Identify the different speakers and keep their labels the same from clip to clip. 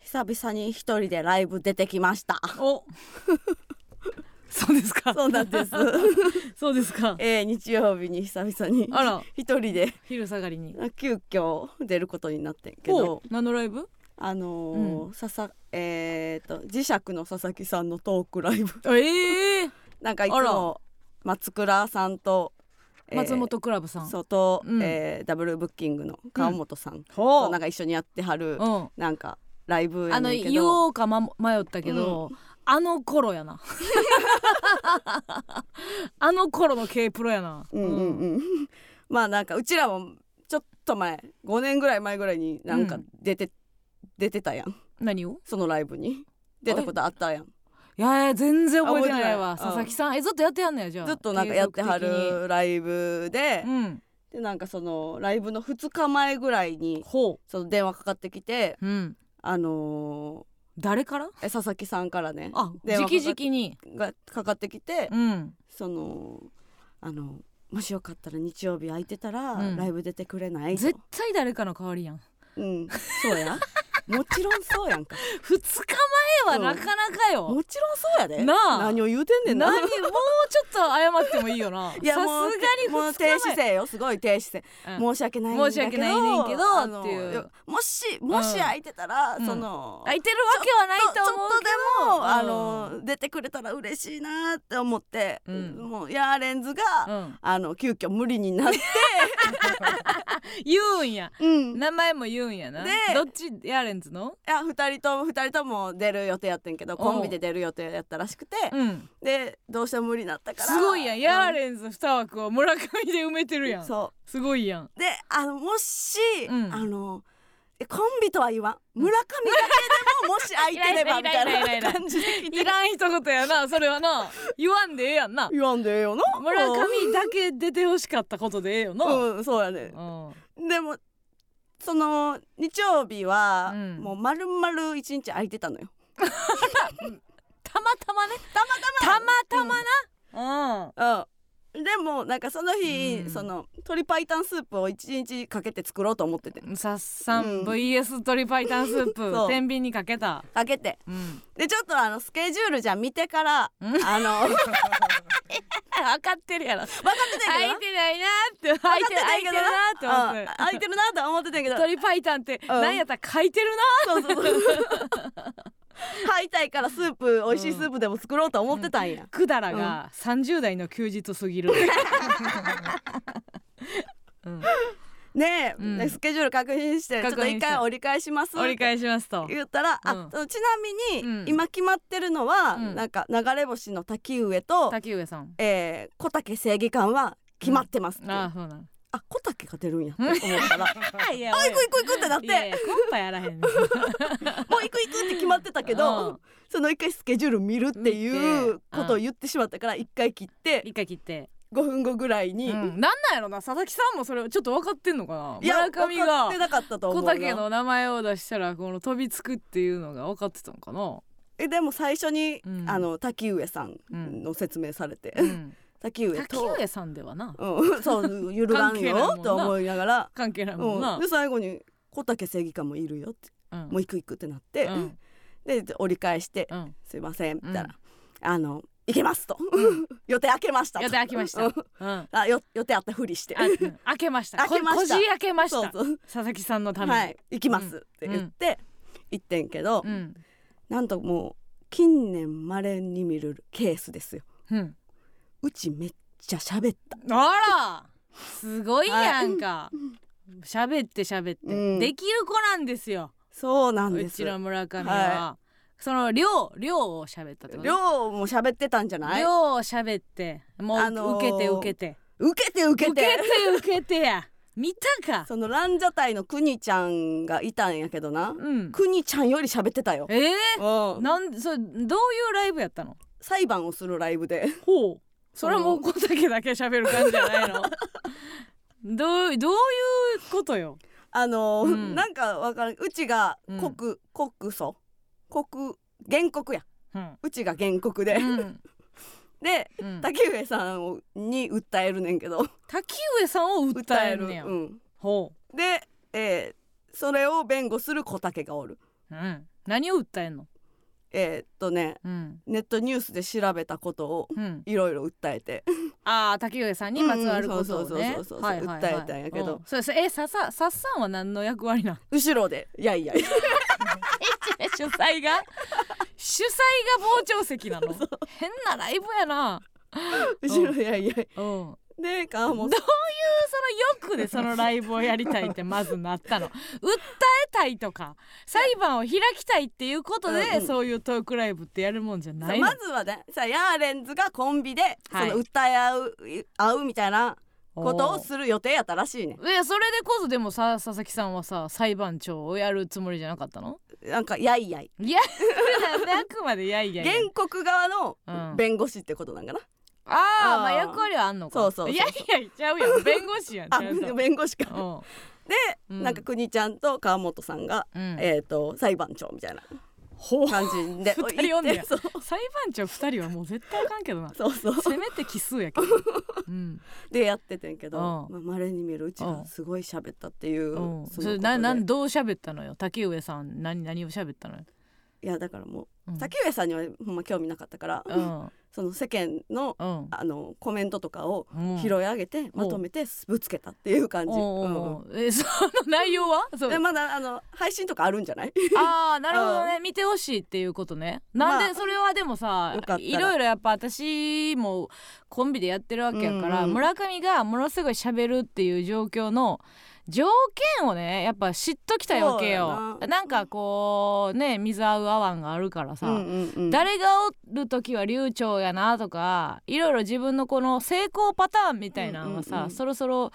Speaker 1: 久々に一人でライブ出てきま した。
Speaker 2: おそうですか
Speaker 1: そうなん です
Speaker 2: そうですか
Speaker 1: えー、日曜日に久々に
Speaker 2: あら
Speaker 1: 一人で
Speaker 2: 昼下がりに
Speaker 1: 急遽出ることになってんけ
Speaker 2: お
Speaker 1: ど、
Speaker 2: 何のライブ
Speaker 1: あのー
Speaker 2: う
Speaker 1: ささえー、と磁石の佐々木さんのトークライブ
Speaker 2: ええ
Speaker 1: なんかいつ
Speaker 2: あ
Speaker 1: も
Speaker 2: ら
Speaker 1: 松倉さんと、えー
Speaker 2: 松本クラブさん
Speaker 1: そうと、
Speaker 2: うん
Speaker 1: えーダブルブッキングの川本さん
Speaker 2: ほ
Speaker 1: となんか一緒にやってはる、
Speaker 2: うん
Speaker 1: なんかライブや
Speaker 2: あの
Speaker 1: ねんけ
Speaker 2: 言
Speaker 1: ど
Speaker 2: おうか、ま、迷ったけど、あの 頃やなあの頃の K プロやな
Speaker 1: うんうんうんまあなんかうちらもちょっと前5年ぐらい前ぐらいになんか
Speaker 2: うん
Speaker 1: 出て、出てたやん
Speaker 2: 何を
Speaker 1: そのライブに出たことあったやん
Speaker 2: いやいや全然覚えてない
Speaker 1: 覚
Speaker 2: わ
Speaker 1: えてない
Speaker 2: 佐々木さんえずっとやってはんのやじゃあ
Speaker 1: ずっとなんかやってはるライブ
Speaker 2: 継
Speaker 1: で
Speaker 2: 続的にうん
Speaker 1: でなんかそのライブの2日前ぐらいに
Speaker 2: ほ
Speaker 1: その電話かかってきて
Speaker 2: ううん
Speaker 1: あの
Speaker 2: 誰から
Speaker 1: ーえ佐々木さんからね
Speaker 2: あ
Speaker 1: 電話
Speaker 2: 直
Speaker 1: かかって
Speaker 2: 々に
Speaker 1: がかかってきて
Speaker 2: うん
Speaker 1: そのあのもしよかったら日曜日空いてたら
Speaker 2: うん
Speaker 1: ライブ出てくれないと
Speaker 2: 絶対誰かの代わりやん
Speaker 1: うんそうやもちろんそうやんか
Speaker 2: 2日前はなかなかよ、
Speaker 1: もちろんそうやで
Speaker 2: なあ
Speaker 1: 何を言うてんねん な
Speaker 2: 何もうちょっと謝ってもいいよなさす
Speaker 1: い
Speaker 2: が
Speaker 1: や
Speaker 2: に
Speaker 1: もうもう
Speaker 2: 2
Speaker 1: 低
Speaker 2: 日
Speaker 1: 姿
Speaker 2: 前
Speaker 1: 勢よすごい低姿勢、
Speaker 2: うん
Speaker 1: 申し訳ないんだけど
Speaker 2: 申し訳ないねんけど
Speaker 1: あの
Speaker 2: っていう
Speaker 1: やもしもし空いてたら、
Speaker 2: うん
Speaker 1: その、
Speaker 2: 空いてるわけはない
Speaker 1: ちょ
Speaker 2: と思
Speaker 1: ちょっ
Speaker 2: うけど
Speaker 1: とでも、あ
Speaker 2: う
Speaker 1: の出てくれたら嬉しいなって思って、
Speaker 2: うん
Speaker 1: もうヤーレンズが、
Speaker 2: うん、
Speaker 1: あの急遽無理になって、
Speaker 2: 言うんや
Speaker 1: うん、い
Speaker 2: 名前も言うんやな
Speaker 1: で
Speaker 2: どっちやれんズの
Speaker 1: や二人とも二人とも出る予定やってんけどコンビで出る予定やったらしくて、
Speaker 2: うん
Speaker 1: でどうしても無理になったから
Speaker 2: すごいやんヤー
Speaker 1: ン
Speaker 2: レンズ2枠を村上で埋めてるやん
Speaker 1: そう
Speaker 2: すごいやん
Speaker 1: であのもし、
Speaker 2: うん
Speaker 1: あのえコンビとは言わん村上だけでももし空いてれば
Speaker 2: い
Speaker 1: み
Speaker 2: ら
Speaker 1: た
Speaker 2: んいら
Speaker 1: い
Speaker 2: んいらんいら
Speaker 1: なん感じで来て
Speaker 2: いらん一言やなそれはな言わんでええやんな
Speaker 1: 言わんでええよな
Speaker 2: 村上だけ出てほしかったことでええよな、うん
Speaker 1: うんそうやねでもその日曜日は、
Speaker 2: うん
Speaker 1: もう丸々一日空いてたのよ
Speaker 2: たまたまね
Speaker 1: たま
Speaker 2: たまたまな、
Speaker 1: たまうんでもなんかその日、
Speaker 2: うん
Speaker 1: その鶏白湯スープを一日かけて作ろうと思ってて
Speaker 2: うんさっさん
Speaker 1: うん
Speaker 2: VS 鶏白湯スープ
Speaker 1: そう
Speaker 2: 天秤にかけた
Speaker 1: かけて
Speaker 2: うん
Speaker 1: でちょっとあのスケジュールじゃ見てから、
Speaker 2: うん
Speaker 1: あ の分かって
Speaker 2: 分かってるやろ
Speaker 1: たけ
Speaker 2: 空
Speaker 1: ど
Speaker 2: い
Speaker 1: な
Speaker 2: てないなって空いて空いてるなって思って
Speaker 1: うん空いてるなって思ってたけど
Speaker 2: 鳥パイタンってなんやったら書いてる
Speaker 1: そうそうそう 買いたいからスープ美味しいスープでも作ろうと思ってたんや、
Speaker 2: なくだらが30代の休日すぎるうん
Speaker 1: ねえ、
Speaker 2: うん
Speaker 1: ねスケジュール確認して
Speaker 2: 確
Speaker 1: ち
Speaker 2: 認
Speaker 1: ょっと一
Speaker 2: し
Speaker 1: 回
Speaker 2: た
Speaker 1: 折り返します
Speaker 2: 折り返しますと
Speaker 1: 言ったら、
Speaker 2: うん
Speaker 1: あそうちなみに、
Speaker 2: うん
Speaker 1: 今決まってるのは、
Speaker 2: うん
Speaker 1: なんか流れ星の滝上と、
Speaker 2: 竹上さん
Speaker 1: えー、小竹正義感は決まってますって、
Speaker 2: ああ
Speaker 1: あ
Speaker 2: そうなん
Speaker 1: 小竹が出るんやって思った らあ
Speaker 2: あいや
Speaker 1: 行く行く行くってなって
Speaker 2: いやいやコンパやらへん
Speaker 1: もう行く行くって決まってたけど、
Speaker 2: うん
Speaker 1: その一回スケジュール見るっていう
Speaker 2: 見て
Speaker 1: ことを言ってしまったから一回切って
Speaker 2: 一回切って
Speaker 1: 5分後ぐらいに、
Speaker 2: うんなんなんやろな佐々木さんもそれをちょっと分かってんのか
Speaker 1: いや
Speaker 2: な村上
Speaker 1: 分かって
Speaker 2: が
Speaker 1: なかったと思
Speaker 2: 小
Speaker 1: うな
Speaker 2: 竹の名前を出したらこの飛びつくっていうのが分かってたのかな
Speaker 1: えでも最初に、
Speaker 2: うん
Speaker 1: あの滝上さん
Speaker 2: うん
Speaker 1: の説明されて、
Speaker 2: うん
Speaker 1: 滝上
Speaker 2: 竹
Speaker 1: と
Speaker 2: 上さんではな
Speaker 1: うん、そう揺るがん
Speaker 2: 関係ないも
Speaker 1: よ
Speaker 2: んな
Speaker 1: と思いながら、
Speaker 2: 関係ないもん
Speaker 1: う、
Speaker 2: なん
Speaker 1: で最後に小竹正義感もいるよって、
Speaker 2: うん
Speaker 1: もう行く行くってなって、
Speaker 2: うん
Speaker 1: で折り返して
Speaker 2: うん
Speaker 1: 「すいません」みたいな
Speaker 2: うん
Speaker 1: 「あの行けます」と「 予定開けましたと」
Speaker 2: 予定開けました。
Speaker 1: う
Speaker 2: うんん。あ、
Speaker 1: あよ予定あったふり して
Speaker 2: うん開けました。
Speaker 1: 開けました
Speaker 2: ここじ開けまし
Speaker 1: そう
Speaker 2: た。
Speaker 1: そう
Speaker 2: 佐々木さんのために。
Speaker 1: はい行きます」って言って、行ってんけど、
Speaker 2: うん。
Speaker 1: なんともう近年まれに見るケースですよ。
Speaker 2: うん。
Speaker 1: うちめっちゃ喋った
Speaker 2: あら、すごいやんか。喋って喋って、
Speaker 1: うん
Speaker 2: できる子なんですよ。
Speaker 1: そうなん
Speaker 2: う
Speaker 1: です
Speaker 2: ちの村上は。その量量を喋ったってこと。
Speaker 1: 量も喋ってたんじゃない
Speaker 2: 量を喋って、もう、
Speaker 1: あのー
Speaker 2: 受けて受けて
Speaker 1: 受けて受けて
Speaker 2: 受けて受けてや。見たか。
Speaker 1: そのランジャタイのくにちゃんがいたんやけどな
Speaker 2: うん。
Speaker 1: くにちゃんより喋ってたよ
Speaker 2: ええ
Speaker 1: うん
Speaker 2: なんそれどういうライブやったの？
Speaker 1: 裁判をするライブで
Speaker 2: ほうそれはもう小竹だけ喋る感じじゃないのどうどういうことよ
Speaker 1: あのー
Speaker 2: うん
Speaker 1: なんかわからんうちが
Speaker 2: うん
Speaker 1: 告告訴告原告や
Speaker 2: うん、
Speaker 1: うちが原告で
Speaker 2: うん
Speaker 1: で
Speaker 2: うん、
Speaker 1: 竹上さんをに訴えるねんけど
Speaker 2: 滝上さんを 訴えるねや、
Speaker 1: うん
Speaker 2: ほ
Speaker 1: で、えーそれを弁護する小竹がおる
Speaker 2: う、うん、何を訴えんの
Speaker 1: えーっとね
Speaker 2: うん
Speaker 1: ネットニュースで調べたことを
Speaker 2: うん、
Speaker 1: いろいろ訴えて
Speaker 2: ああ竹上さんにまつわることをね
Speaker 1: うんそうそうそうそうそう
Speaker 2: はいはいはい
Speaker 1: 訴えたんやけど
Speaker 2: うんそうですえさささっさんは何の役割なん
Speaker 1: 後ろでいや いや
Speaker 2: え主催が主催が傍聴席 なの変なライブやな
Speaker 1: 後ろいやいや
Speaker 2: うん
Speaker 1: でかもう
Speaker 2: どういうその欲でそのライブをやりたいってまずな ったの訴えたいとか裁判を開きたいっていうことで、
Speaker 1: うんうん
Speaker 2: そういうトークライブってやるもんじゃないの、
Speaker 1: まずはねさヤーレンズがコンビで、
Speaker 2: はい
Speaker 1: その訴え合う合うみたいなことを
Speaker 2: お
Speaker 1: する予定やったらしいね
Speaker 2: ーいやそれでこそでもさ佐々木さんはさ裁判長をやるつもりじゃなかったの
Speaker 1: なんかやいやい
Speaker 2: いやなん であくまでいやいやいや
Speaker 1: 原告側
Speaker 2: うん
Speaker 1: の弁護士ってことなんかな、
Speaker 2: ああ
Speaker 1: あー
Speaker 2: まあ役割はあんのか
Speaker 1: そうそうそうそう
Speaker 2: いやいやいちゃうやん弁護士やんちゃう
Speaker 1: あ
Speaker 2: ぞ
Speaker 1: 弁護士か、で、
Speaker 2: うん
Speaker 1: なんか国ちゃんと川本さんが、
Speaker 2: うん、うん、
Speaker 1: えっ、と裁判長みたいな
Speaker 2: ほう
Speaker 1: 感じで
Speaker 2: 二人呼んでや
Speaker 1: そう
Speaker 2: 裁判長二人はもう絶対あかんけどな
Speaker 1: そうそう
Speaker 2: せめて奇数 やけど、うん
Speaker 1: でやっててんけど
Speaker 2: う
Speaker 1: まあ稀に見るうち
Speaker 2: う
Speaker 1: が
Speaker 2: ん
Speaker 1: すごい喋ったっていう、
Speaker 2: うん、
Speaker 1: そ
Speaker 2: そ
Speaker 1: のこ
Speaker 2: れ
Speaker 1: と
Speaker 2: な
Speaker 1: で
Speaker 2: なんどう喋ったのよ竹上さん何何を喋ったのよ、
Speaker 1: いやだからも
Speaker 2: うん、
Speaker 1: う竹上さんにはほんま興味なかったから、
Speaker 2: うん
Speaker 1: その世間の
Speaker 2: うん
Speaker 1: あのコメントとかを
Speaker 2: うん
Speaker 1: 拾い上げてまとめてぶつけたっていう感じ、
Speaker 2: おう
Speaker 1: うん
Speaker 2: おうおうえその内容はそう
Speaker 1: でまだあの配信とかあるんじゃない
Speaker 2: ああなるほどね、見てほしいっていうことねなんで、
Speaker 1: まあ
Speaker 2: それはでもさ
Speaker 1: よかったら
Speaker 2: いろいろやっぱ私もコンビでやってるわけやから、
Speaker 1: うんうん
Speaker 2: 村上がものすごい喋るっていう状況の条件をねやっぱ知っときたいわけよ
Speaker 1: そうやな
Speaker 2: なんかこうね水合う合わんがあるからさ、
Speaker 1: うんうんうん
Speaker 2: 誰がおる時は流暢やなとかいろいろ自分のこの成功パターンみたいなのはさ、
Speaker 1: うんうんうん
Speaker 2: そろそろ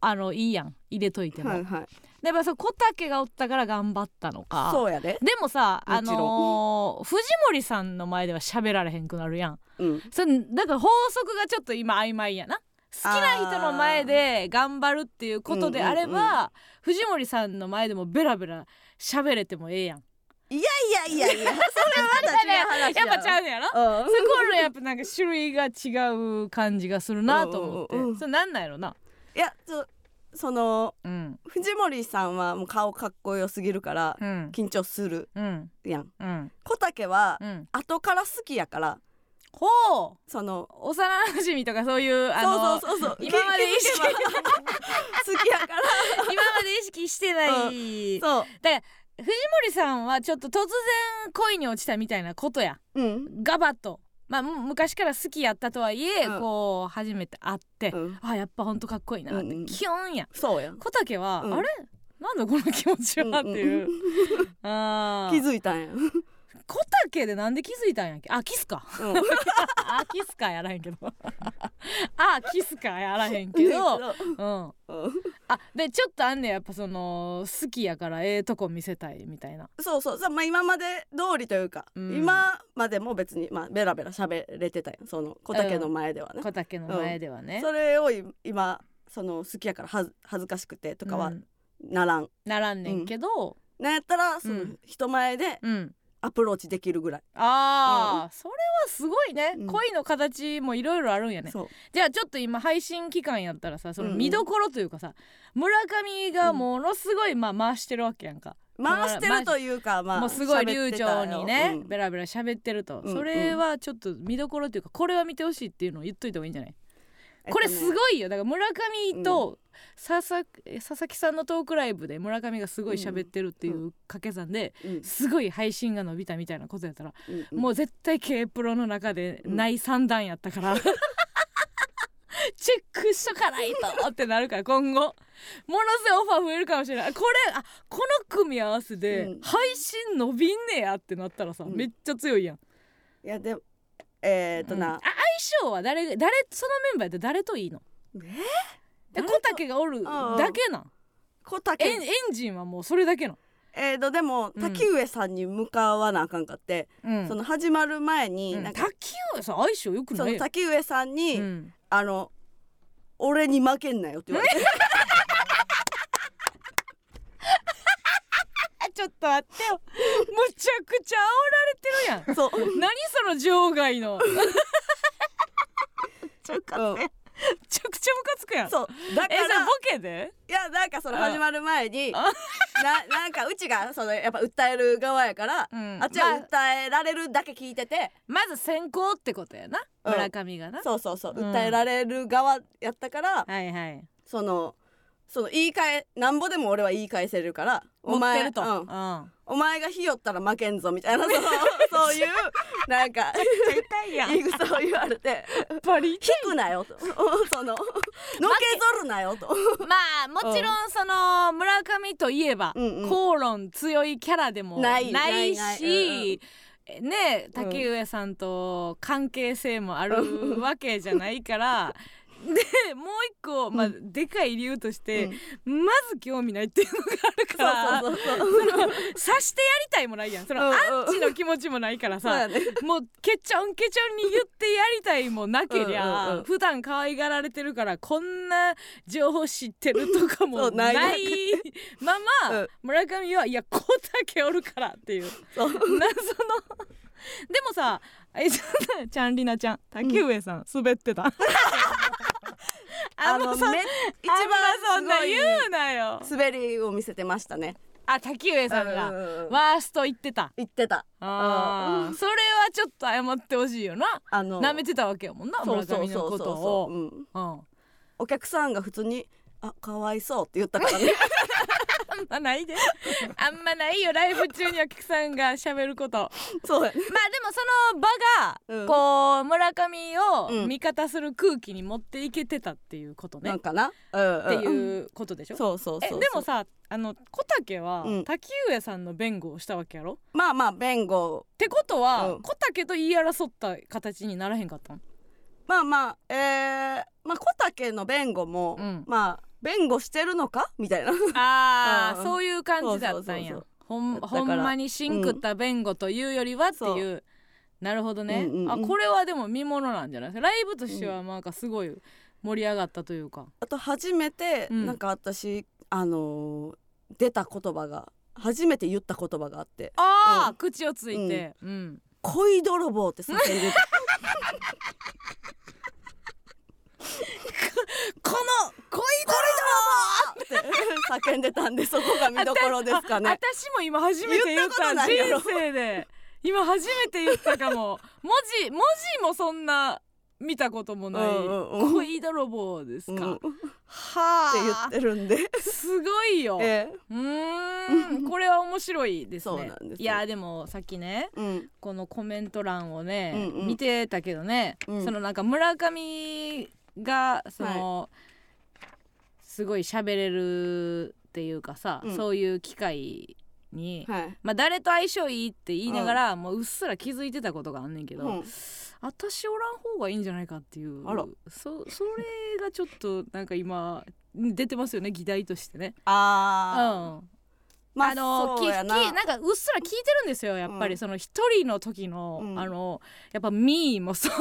Speaker 2: あのいいやん入れといても、
Speaker 1: はいはい
Speaker 2: でやっぱそう小竹がおったから頑張ったのか
Speaker 1: そうやで、
Speaker 2: でもさ
Speaker 1: も
Speaker 2: あ
Speaker 1: ちろん
Speaker 2: のー藤森さんの前では喋られへんくなるやん
Speaker 1: うん、
Speaker 2: それだから法則がちょっと今曖昧やな好きな人の前で頑張るっていうことであれば、
Speaker 1: うんうん
Speaker 2: 藤森さんの前でもベラベラ喋れてもええやん
Speaker 1: いやいやいやそれはまた違う話
Speaker 2: やっぱちゃ
Speaker 1: う
Speaker 2: うんやろ
Speaker 1: うん
Speaker 2: そこのやっぱなんか種類が違う感じがするなと思って、
Speaker 1: うんうんうん
Speaker 2: それなんなんやろな、
Speaker 1: いやそその
Speaker 2: うん、
Speaker 1: 藤森さんはもう顔かっこよすぎるから
Speaker 2: うん
Speaker 1: 緊張する
Speaker 2: うん
Speaker 1: やん
Speaker 2: うん
Speaker 1: 小竹は
Speaker 2: うん
Speaker 1: 後から好きやから
Speaker 2: ほう
Speaker 1: その
Speaker 2: 幼馴染とかそういうあの
Speaker 1: そうそうそうそう
Speaker 2: 今まで意識
Speaker 1: 気づけば 好きやから
Speaker 2: 今まで意識してない、
Speaker 1: そう
Speaker 2: だから藤森さんはちょっと突然恋に落ちたみたいなことや
Speaker 1: うん、
Speaker 2: ガバッとまあむ昔から好きやったとはいえ、
Speaker 1: うん
Speaker 2: こう初めて会って、
Speaker 1: うん、
Speaker 2: あやっぱほんとかっこいいなって、
Speaker 1: うんうん
Speaker 2: キュンや
Speaker 1: そうやん
Speaker 2: 小竹は、
Speaker 1: うん
Speaker 2: あれなんだこの気持ちはっていう、
Speaker 1: うん
Speaker 2: あー
Speaker 1: 気づいた んや、うん、
Speaker 2: 小竹でなんで気づいたんやっけあキスか あキスかやらへんけど あキスかやらへんけど、うん、
Speaker 1: うん
Speaker 2: あでちょっとあんねんやっぱその好きやからええとこ見せたいみたいな
Speaker 1: そうそうそう、まあ、今まで通りというか、
Speaker 2: うん
Speaker 1: 今までも別に、まあ、ベラベラ喋れてたやんその小竹の前ではね、
Speaker 2: 小竹の前ではね、
Speaker 1: それをい今その好きやからはず恥ずかしくてとか
Speaker 2: う
Speaker 1: は
Speaker 2: ん
Speaker 1: ならん、
Speaker 2: ならんねんけど
Speaker 1: なんやったらその
Speaker 2: うん
Speaker 1: 人前で
Speaker 2: うん、
Speaker 1: アプローチできるぐらい、
Speaker 2: あー、それはすごいね、
Speaker 1: うん
Speaker 2: 恋の形もいろいろあるんやね
Speaker 1: そう
Speaker 2: じゃあちょっと今配信期間やったらさその
Speaker 1: うんうん
Speaker 2: 見どころというかさ、村上がものすごいまあ回してるわけやんか、
Speaker 1: 回してるというかまあ
Speaker 2: もうすごい流暢にね、
Speaker 1: 喋ってた
Speaker 2: ベ
Speaker 1: よ
Speaker 2: ラベラ喋ってると、
Speaker 1: うん
Speaker 2: それはちょっと見どころというかこれは見てほしいっていうのを言っといた方がいいんじゃない
Speaker 1: うん
Speaker 2: これす
Speaker 1: い
Speaker 2: ごいよだから村上と佐々,、佐々木さんのトークライブで村上がすごい喋ってるっていう掛け算で、すごい配信が伸びたみたいなことやったら、もう絶対 K プロの中でない三段やったから、チェックしとかないとってなるから今後ものすごいオファー増えるかもしれないこれあこの組み合わせで
Speaker 1: うん
Speaker 2: 配信伸びんねやってなったらさ、
Speaker 1: うん
Speaker 2: めっちゃ強いやん。
Speaker 1: いやでもえー、っと
Speaker 2: うんあ
Speaker 1: な、
Speaker 2: 相性は誰が誰そのメンバーで誰といいの
Speaker 1: えー
Speaker 2: で小竹がおるだけなん
Speaker 1: 小
Speaker 2: エン
Speaker 1: 竹
Speaker 2: エンジンはもうそれだけなん、
Speaker 1: えー、とでも
Speaker 2: うん
Speaker 1: 滝上さんに向かわなあかんかって、
Speaker 2: うん
Speaker 1: その始まる前に、
Speaker 2: うん
Speaker 1: なん
Speaker 2: 滝
Speaker 1: か
Speaker 2: 上さん相性良く
Speaker 1: そ
Speaker 2: ない
Speaker 1: の
Speaker 2: よ
Speaker 1: 滝上さんに、
Speaker 2: うん
Speaker 1: あの俺に負けんなよって言われて
Speaker 2: あ ちょっと待ってよむちゃくちゃ煽られてるやん
Speaker 1: そう
Speaker 2: 何その場外のめ
Speaker 1: ちょっと、うん
Speaker 2: ちゃくちゃムカつくやん
Speaker 1: そうだか
Speaker 2: えそれボ
Speaker 1: ら
Speaker 2: ケで
Speaker 1: いやなんかその始まる前に
Speaker 2: あ
Speaker 1: ななんかうちがそのやっぱ訴える側やから、
Speaker 2: うん
Speaker 1: あっちは訴えられるだけ聞いてて、
Speaker 2: まず先行ってことやな
Speaker 1: うん
Speaker 2: 村上がな、
Speaker 1: そうそうそう、
Speaker 2: うん
Speaker 1: 訴えられる側やったから
Speaker 2: はいはい
Speaker 1: そのその言い返なんぼでも俺は言い返せるからお
Speaker 2: 持って
Speaker 1: 前
Speaker 2: ると、
Speaker 1: うんお前がひよったら負けんぞみ たいなそのそういうなんか
Speaker 2: 痛いや
Speaker 1: 言い草を言われて
Speaker 2: っぱり
Speaker 1: 引くなよとそののけぞるなよと
Speaker 2: まあもちろんその村上といえば、
Speaker 1: うんうん
Speaker 2: 口論強いキャラでも
Speaker 1: な
Speaker 2: な
Speaker 1: い
Speaker 2: し
Speaker 1: いないない
Speaker 2: えね竹上さんと関係性もあるわけじゃない から。でもう一個、まあ、でかい理由として、
Speaker 1: うん
Speaker 2: まず興味ないっていうのがあるから
Speaker 1: そうそう そうそう
Speaker 2: 察してやりたいもないやんその、
Speaker 1: うんうん
Speaker 2: アンチの気持ちもないから
Speaker 1: そう
Speaker 2: さ
Speaker 1: やね
Speaker 2: もうケチョンケチョンに言ってやりたいもなけりゃ、
Speaker 1: うんうんうん
Speaker 2: 普段可愛がられてるからこんな情報知ってるとか
Speaker 1: そ
Speaker 2: も
Speaker 1: うな
Speaker 2: ない
Speaker 1: い
Speaker 2: まま、
Speaker 1: うん
Speaker 2: 村上はいやこんだけおるからっていう
Speaker 1: そう
Speaker 2: 謎のでもさえちゃんちゃんりなちゃん竹上さん、滑ってた
Speaker 1: あ
Speaker 2: んま
Speaker 1: の
Speaker 2: そん
Speaker 1: め一
Speaker 2: あ
Speaker 1: 番す
Speaker 2: んまそんな
Speaker 1: ごい
Speaker 2: 言うなよ
Speaker 1: 滑りを見せてましたね
Speaker 2: あ竹上さん
Speaker 1: う
Speaker 2: が
Speaker 1: んうんうん
Speaker 2: ワースト言ってた
Speaker 1: 言ってた
Speaker 2: あー
Speaker 1: うん
Speaker 2: それはちょっと謝ってほしいよな
Speaker 1: あの
Speaker 2: 舐めてたわけやもんな村上のことを
Speaker 1: う、うん、
Speaker 2: うん
Speaker 1: お客さんが普通にあかわいそうって言ったから ね
Speaker 2: あんまないであんまないよライブ中にお客さんが喋ることまあ
Speaker 1: そうやね
Speaker 2: でもその場がこう村上を味方する空気に持っていけてたっていうことね、
Speaker 1: なん
Speaker 2: っ
Speaker 1: かな、うん
Speaker 2: て
Speaker 1: うん
Speaker 2: いうことでしょ、
Speaker 1: そうそうそう
Speaker 2: えでもさあの小竹は
Speaker 1: うん
Speaker 2: 滝上さんの弁護をしたわけやろ、っ
Speaker 1: まあまあ弁護
Speaker 2: てことは、
Speaker 1: うん
Speaker 2: 小竹と言い争った形にならへんかったの
Speaker 1: まあまあえー、まあ小竹の弁護も、
Speaker 2: うん
Speaker 1: まあ弁護してるのかみたいな
Speaker 2: あー
Speaker 1: うん
Speaker 2: そういう感じだったんや
Speaker 1: そうそうそうそう
Speaker 2: ほん
Speaker 1: だから
Speaker 2: ほんまにシンクった弁護というよりはっていう、なるほどね、
Speaker 1: うんうんうん
Speaker 2: あこれはでも見ものなんじゃないライブとしてはなんかすごい盛り上がったというか、
Speaker 1: あと初めて、
Speaker 2: うん
Speaker 1: なんか私あのー出た言葉が初めて言った言葉があって
Speaker 2: ああ、
Speaker 1: うん
Speaker 2: 口をついて、うん
Speaker 1: 「恋泥棒」って叫んでた
Speaker 2: この恋
Speaker 1: って叫んでたんでそこが見どころですか
Speaker 2: 泥、
Speaker 1: ね
Speaker 2: 私も今初めて言っ
Speaker 1: 言ったこと
Speaker 2: た
Speaker 1: ないやろ
Speaker 2: 人生で今初めて言ったか も文字文字もそんな見たこともない、
Speaker 1: うんうんうん
Speaker 2: 恋泥棒ですか、
Speaker 1: うん
Speaker 2: は
Speaker 1: って言
Speaker 2: あ
Speaker 1: ってるんで、
Speaker 2: すごいよ、
Speaker 1: え
Speaker 2: うー んこれは面白いですね
Speaker 1: そうなんですよ
Speaker 2: いやでもさっきね
Speaker 1: えうん
Speaker 2: このコメント欄をね、
Speaker 1: うんうん
Speaker 2: 見てたけどね、
Speaker 1: うん
Speaker 2: そのなんか村上がその、すごい喋れるっていうかさ、
Speaker 1: うん
Speaker 2: そういう機会に、
Speaker 1: はい、
Speaker 2: まあ誰と相性いいって言いながら、もううっすら気づいてたことがあんねんけど、
Speaker 1: うん
Speaker 2: 私おらん方がいいんじゃないかっていう
Speaker 1: あら
Speaker 2: そそれがちょっとなんか今出てますよね議題としてね。
Speaker 1: あー、
Speaker 2: うん
Speaker 1: まあ
Speaker 2: あの
Speaker 1: そうやな
Speaker 2: ききなんかうっすら聞いてるんですよやっぱ
Speaker 1: う
Speaker 2: り、
Speaker 1: ん
Speaker 2: その一人の時の、
Speaker 1: うん
Speaker 2: あのやっぱミーもそう
Speaker 1: チ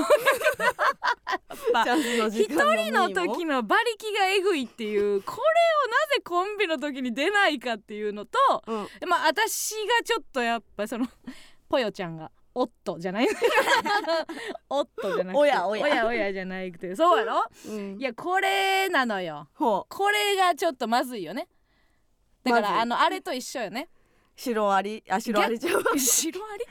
Speaker 1: ャンスの時
Speaker 2: 一
Speaker 1: 間も
Speaker 2: 人の
Speaker 1: ミーも
Speaker 2: 時の馬力がえぐいっていうこれをなぜコンビの時に出ないかっていうのと
Speaker 1: うん
Speaker 2: まあ私がちょっとやっぱそのぽよちゃんが。おっとじゃない おっとじゃなくて
Speaker 1: おやおや
Speaker 2: おやおやじゃなくてそうやろ
Speaker 1: うん
Speaker 2: いやこれなのよ
Speaker 1: ほう
Speaker 2: これがちょっとまずいよねだから、
Speaker 1: まずい
Speaker 2: あのあれと一緒 よね
Speaker 1: シロアリあシロアリちゃう
Speaker 2: シロアリ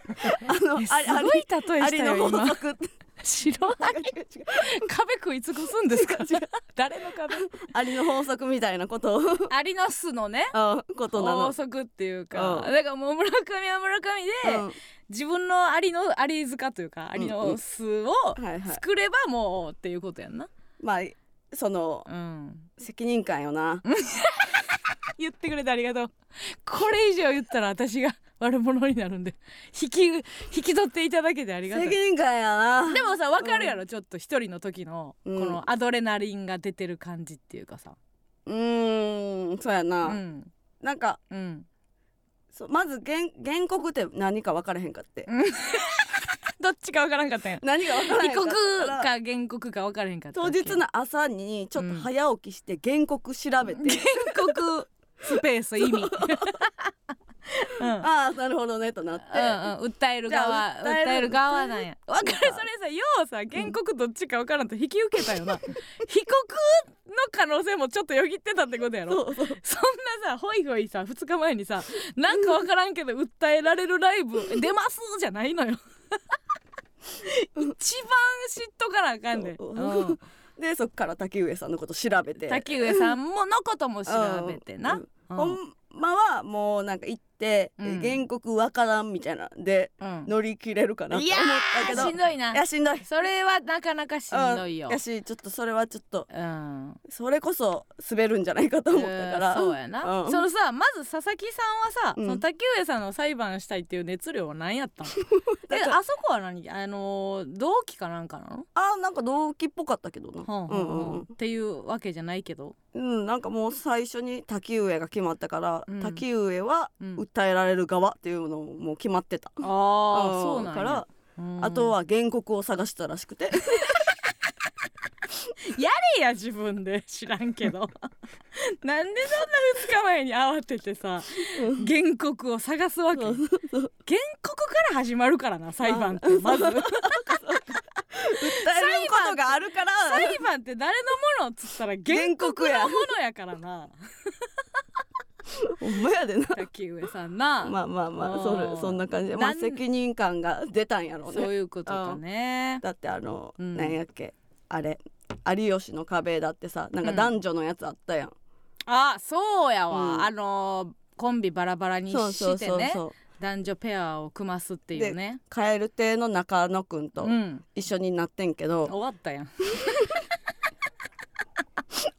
Speaker 1: あの
Speaker 2: えす
Speaker 1: ありあり
Speaker 2: ごい例え
Speaker 1: ア
Speaker 2: した
Speaker 1: リの
Speaker 2: よ
Speaker 1: 法
Speaker 2: 今
Speaker 1: 則って
Speaker 2: 白ア
Speaker 1: 違
Speaker 2: リ
Speaker 1: う違う
Speaker 2: 壁食い尽くすんですか誰の壁
Speaker 1: アリの法則みたいなことを
Speaker 2: アリの巣のね
Speaker 1: あことな
Speaker 2: 法
Speaker 1: の。
Speaker 2: 則っていうか、
Speaker 1: うん
Speaker 2: だからもう村上は村上で、
Speaker 1: う
Speaker 2: 自分のアリのアリ塚というかアリの巣を
Speaker 1: んはいはい。
Speaker 2: 作ればもうっていうことやんな、
Speaker 1: まあその
Speaker 2: うん、
Speaker 1: 責任感よな。
Speaker 2: 言ってくれてありがとうこれ以上言ったら私が悪者になるんで引き引き取っていただけてありがとう
Speaker 1: 責任感やな。
Speaker 2: でもさ分かるやろ、ちょっと一人の時のこ
Speaker 1: うん
Speaker 2: のアドレナリンが出てる感じっていうかさ、
Speaker 1: うーんそうや
Speaker 2: う
Speaker 1: な。
Speaker 2: ん、
Speaker 1: なんか
Speaker 2: うん、
Speaker 1: そうまず原原告って何か分からへんかって。
Speaker 2: どっちかわからんかったんや
Speaker 1: 何が分からへ
Speaker 2: 異
Speaker 1: んかっ
Speaker 2: 国
Speaker 1: たから。
Speaker 2: か原告かわからへんかった
Speaker 1: 当
Speaker 2: っけ
Speaker 1: 日の朝にちょっと早起きして原告調べて、
Speaker 2: 原告スペース意味 う ん
Speaker 1: ああなるほどねとなって、
Speaker 2: うんうん、訴える
Speaker 1: じ
Speaker 2: 側
Speaker 1: ゃあ訴
Speaker 2: 訴
Speaker 1: える
Speaker 2: える側なんやわか
Speaker 1: う
Speaker 2: る
Speaker 1: ん
Speaker 2: それさようさ原告どっちかわからんと引き受けたよな被告の可能性もちょっとよぎってたってことやろ
Speaker 1: そうそう
Speaker 2: そんなさホイホイさ2日前にさなんかわからんけど訴えられるライブ出ますじゃないの よ一番知っとかなあかんで、
Speaker 1: そう
Speaker 2: うん
Speaker 1: でそっから竹上さんのこと調べて
Speaker 2: 滝上さんものことも調べてな、
Speaker 1: うん
Speaker 2: うん
Speaker 1: ほんまはもうなんか行って、
Speaker 2: うん
Speaker 1: 原告わからんみたいなんで
Speaker 2: うん
Speaker 1: 乗り切れるかなと
Speaker 2: い
Speaker 1: 思っ
Speaker 2: や
Speaker 1: たけど
Speaker 2: ーしんどいない
Speaker 1: やしんどい
Speaker 2: それはなかなかしんどいよ
Speaker 1: やしちょっとそれはちょっと
Speaker 2: うん
Speaker 1: それこそ滑るんじゃないかと思ったから、
Speaker 2: うんそうやな、
Speaker 1: うん
Speaker 2: そのさまず佐々木さんはさ、
Speaker 1: うん
Speaker 2: その竹上さんの裁判したいっていう熱量は何やった の
Speaker 1: な
Speaker 2: え
Speaker 1: んか
Speaker 2: あそこは何あのー同期かなんかなの
Speaker 1: あーなんか同期っぽかったけどな、
Speaker 2: はんは
Speaker 1: うんん
Speaker 2: はんっていうわけじゃないけど、
Speaker 1: うんうんなんかもう最初に滝上が決まったから、
Speaker 2: うん
Speaker 1: 滝上は
Speaker 2: うん
Speaker 1: 訴えられる側っていうのもう決まってた、
Speaker 2: あ
Speaker 1: う
Speaker 2: あ
Speaker 1: ん
Speaker 2: そうなんや
Speaker 1: から、
Speaker 2: うん
Speaker 1: あとは原告を探したらしく て
Speaker 2: いや自分で 知らんけどなんでそんな2日前に慌ててさ原告を探すわけ原告から始まるからな裁判ってまず裁
Speaker 1: 訴えることがあるから
Speaker 2: 判って誰のものっつったら原
Speaker 1: 原
Speaker 2: 告
Speaker 1: 告
Speaker 2: の
Speaker 1: や
Speaker 2: ものやからな
Speaker 1: ほんまやでな
Speaker 2: 滝上さんな、
Speaker 1: まあまあまあそ
Speaker 2: うん
Speaker 1: れそんな感じで、まあ、
Speaker 2: なん
Speaker 1: 責任感が出たんやろう
Speaker 2: そう
Speaker 1: ね
Speaker 2: いうことかね
Speaker 1: だってあの、
Speaker 2: うん
Speaker 1: なんやっけあれ有吉の壁だってさなんか男女のやつあったやん、
Speaker 2: あそうやわ、
Speaker 1: うん
Speaker 2: あのーコンビバラバラにしてね
Speaker 1: そうそうそうそう
Speaker 2: 男女ペアを組ますっていうね
Speaker 1: 蛙亭の中野くんと
Speaker 2: うん
Speaker 1: 一緒になってんけど、
Speaker 2: 終わったやん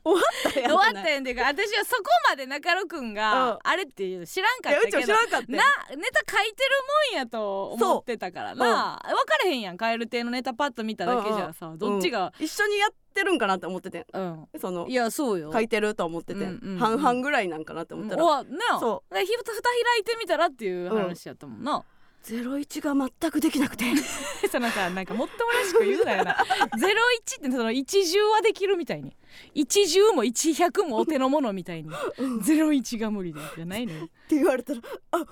Speaker 1: 終わった やん
Speaker 2: 終わったやんっていうか私はそこまで中野くん
Speaker 1: う
Speaker 2: が
Speaker 1: ん
Speaker 2: あれっていうの知らんか
Speaker 1: い
Speaker 2: っ
Speaker 1: やう
Speaker 2: た
Speaker 1: ちも
Speaker 2: け
Speaker 1: 知
Speaker 2: ど
Speaker 1: らんかった
Speaker 2: な
Speaker 1: よ
Speaker 2: ネタ書いてるもんやと思ってたからな分かれへんやん蛙亭のネタパッと見ただけじゃさ
Speaker 1: うん
Speaker 2: どっちが
Speaker 1: 一緒にやってるんかなって思ってて
Speaker 2: うん
Speaker 1: その
Speaker 2: いやそうよ
Speaker 1: 書いてると思ってて、
Speaker 2: うんうんうん
Speaker 1: 半々ぐらいなんかなって
Speaker 2: う
Speaker 1: 思
Speaker 2: ん
Speaker 1: った
Speaker 2: 終
Speaker 1: ら、
Speaker 2: わな
Speaker 1: そ
Speaker 2: でひふた蓋開いてみたらっていう話やったもんな
Speaker 1: ゼロ一が全くできなくて
Speaker 2: そのさなんかもっともらしく言うなよ な「ゼロ一ってその一重はできるみたいに一重も一百もお手の物みたいに「ゼロ一が無理だよ」じゃないのよ
Speaker 1: って言われたら「あう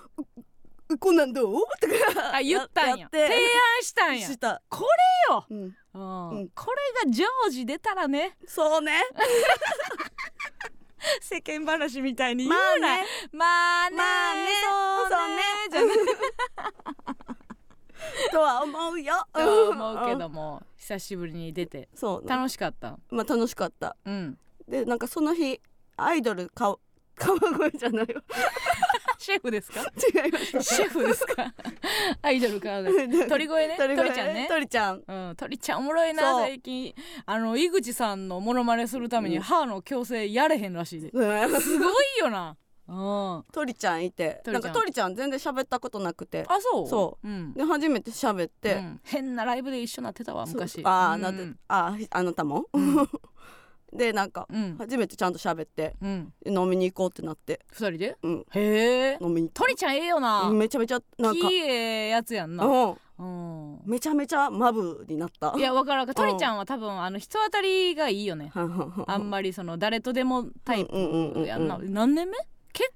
Speaker 1: うこんなんどう?」とか
Speaker 2: あ言ったん や
Speaker 1: やって
Speaker 2: 提案したんや
Speaker 1: した
Speaker 2: こ
Speaker 1: れ
Speaker 2: よ、
Speaker 1: うん
Speaker 2: う
Speaker 1: う
Speaker 2: ん
Speaker 1: ん
Speaker 2: これが常時出たらね
Speaker 1: そうね
Speaker 2: 世間話みたいに言
Speaker 1: ま
Speaker 2: う
Speaker 1: あ
Speaker 2: な、
Speaker 1: ね
Speaker 2: まあね,、
Speaker 1: まあね
Speaker 2: そうね
Speaker 1: とは思うよ
Speaker 2: じゃない とは思うけ
Speaker 1: ん
Speaker 2: ども久しぶりに出て
Speaker 1: そう
Speaker 2: 楽しかった
Speaker 1: まあ楽しかった
Speaker 2: うん
Speaker 1: でなんかその日アイドル か川越じゃないわ
Speaker 2: シェフですか
Speaker 1: 違いました
Speaker 2: シェフですか アイドル から鳥越ね鳥ちゃんね
Speaker 1: 鳥ちゃん
Speaker 2: うん、鳥ちゃんおもろいな
Speaker 1: そう
Speaker 2: 最近あの井口さんのモノマネするために
Speaker 1: うん
Speaker 2: 歯の矯正やれへんらしいで、
Speaker 1: うん
Speaker 2: すごいよなうん
Speaker 1: 鳥ちゃんいて
Speaker 2: 鳥
Speaker 1: な
Speaker 2: ちゃん
Speaker 1: んか鳥ちゃん全然喋ったことなくて
Speaker 2: あそう、
Speaker 1: そう
Speaker 2: ん、
Speaker 1: で初めて喋っ
Speaker 2: う
Speaker 1: て、
Speaker 2: ん変なライブで一緒なってたわ昔
Speaker 1: ああ
Speaker 2: うん
Speaker 1: なってああなたも、 でなんか
Speaker 2: うん
Speaker 1: 初めてちゃんと喋って
Speaker 2: うん
Speaker 1: 飲みに行こうってなって、
Speaker 2: 二人で
Speaker 1: うん、
Speaker 2: へえ
Speaker 1: 飲みに行っ
Speaker 2: 鳥ちゃんええよ
Speaker 1: た
Speaker 2: な
Speaker 1: めちゃめちゃなんか
Speaker 2: きええやつやんな
Speaker 1: うん
Speaker 2: うん
Speaker 1: めちゃめちゃマブになった
Speaker 2: いやわからん鳥ちゃんは多分あの人当たりがいいよね
Speaker 1: はんはんはん
Speaker 2: あんまりその誰とでもタイ
Speaker 1: うんうんうんう
Speaker 2: プ
Speaker 1: ん
Speaker 2: やんな何年目結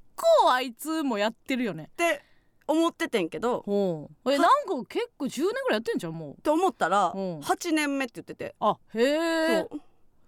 Speaker 2: 構あいつもやってるよね
Speaker 1: って思っててんけどっ
Speaker 2: ほうえなんか結構10年ぐらいやってんじゃんもう
Speaker 1: て思ったら
Speaker 2: うん
Speaker 1: 8年目って言ってて。
Speaker 2: あへえ
Speaker 1: そう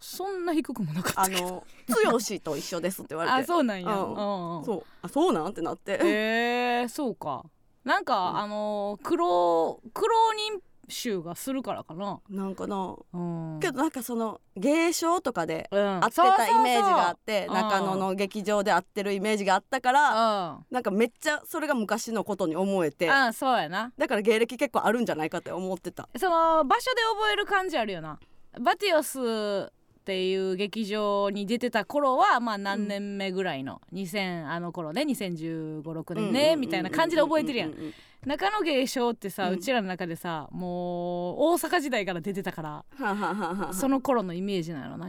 Speaker 2: そんな低くもなかっ
Speaker 1: あ
Speaker 2: たけど
Speaker 1: の 「剛と一緒です」って言われ
Speaker 2: あ
Speaker 1: て
Speaker 2: そうなんや
Speaker 1: うん
Speaker 2: うんうん
Speaker 1: そうあそうなんってなって、
Speaker 2: へえそうかなんか、
Speaker 1: うん
Speaker 2: あのー苦労苦労人衆がするからかな、
Speaker 1: なんかな
Speaker 2: うん、
Speaker 1: けどなんかその芸商とかで
Speaker 2: う
Speaker 1: 会
Speaker 2: ん、
Speaker 1: ってたイメージがあって
Speaker 2: そうそうそう
Speaker 1: 中野の劇場で会ってるイメージがあったから
Speaker 2: あ
Speaker 1: なんかめっちゃそれが昔のことに思えて
Speaker 2: うん、うん、そうやな
Speaker 1: だから芸歴結構あるんじゃないかって思ってた
Speaker 2: その場所で覚える感じあるよなバティオスっていう劇場に出てた頃はまあ何年目ぐらいの、2000あの頃ね2 0 1 5 6年ねみたいな感じで覚えてるやん
Speaker 1: ん
Speaker 2: 中野芸商ってさ、う
Speaker 1: うん
Speaker 2: ちらの中でさもう大阪時代から出てたから
Speaker 1: はんはんはんはん
Speaker 2: その頃のイメージなのな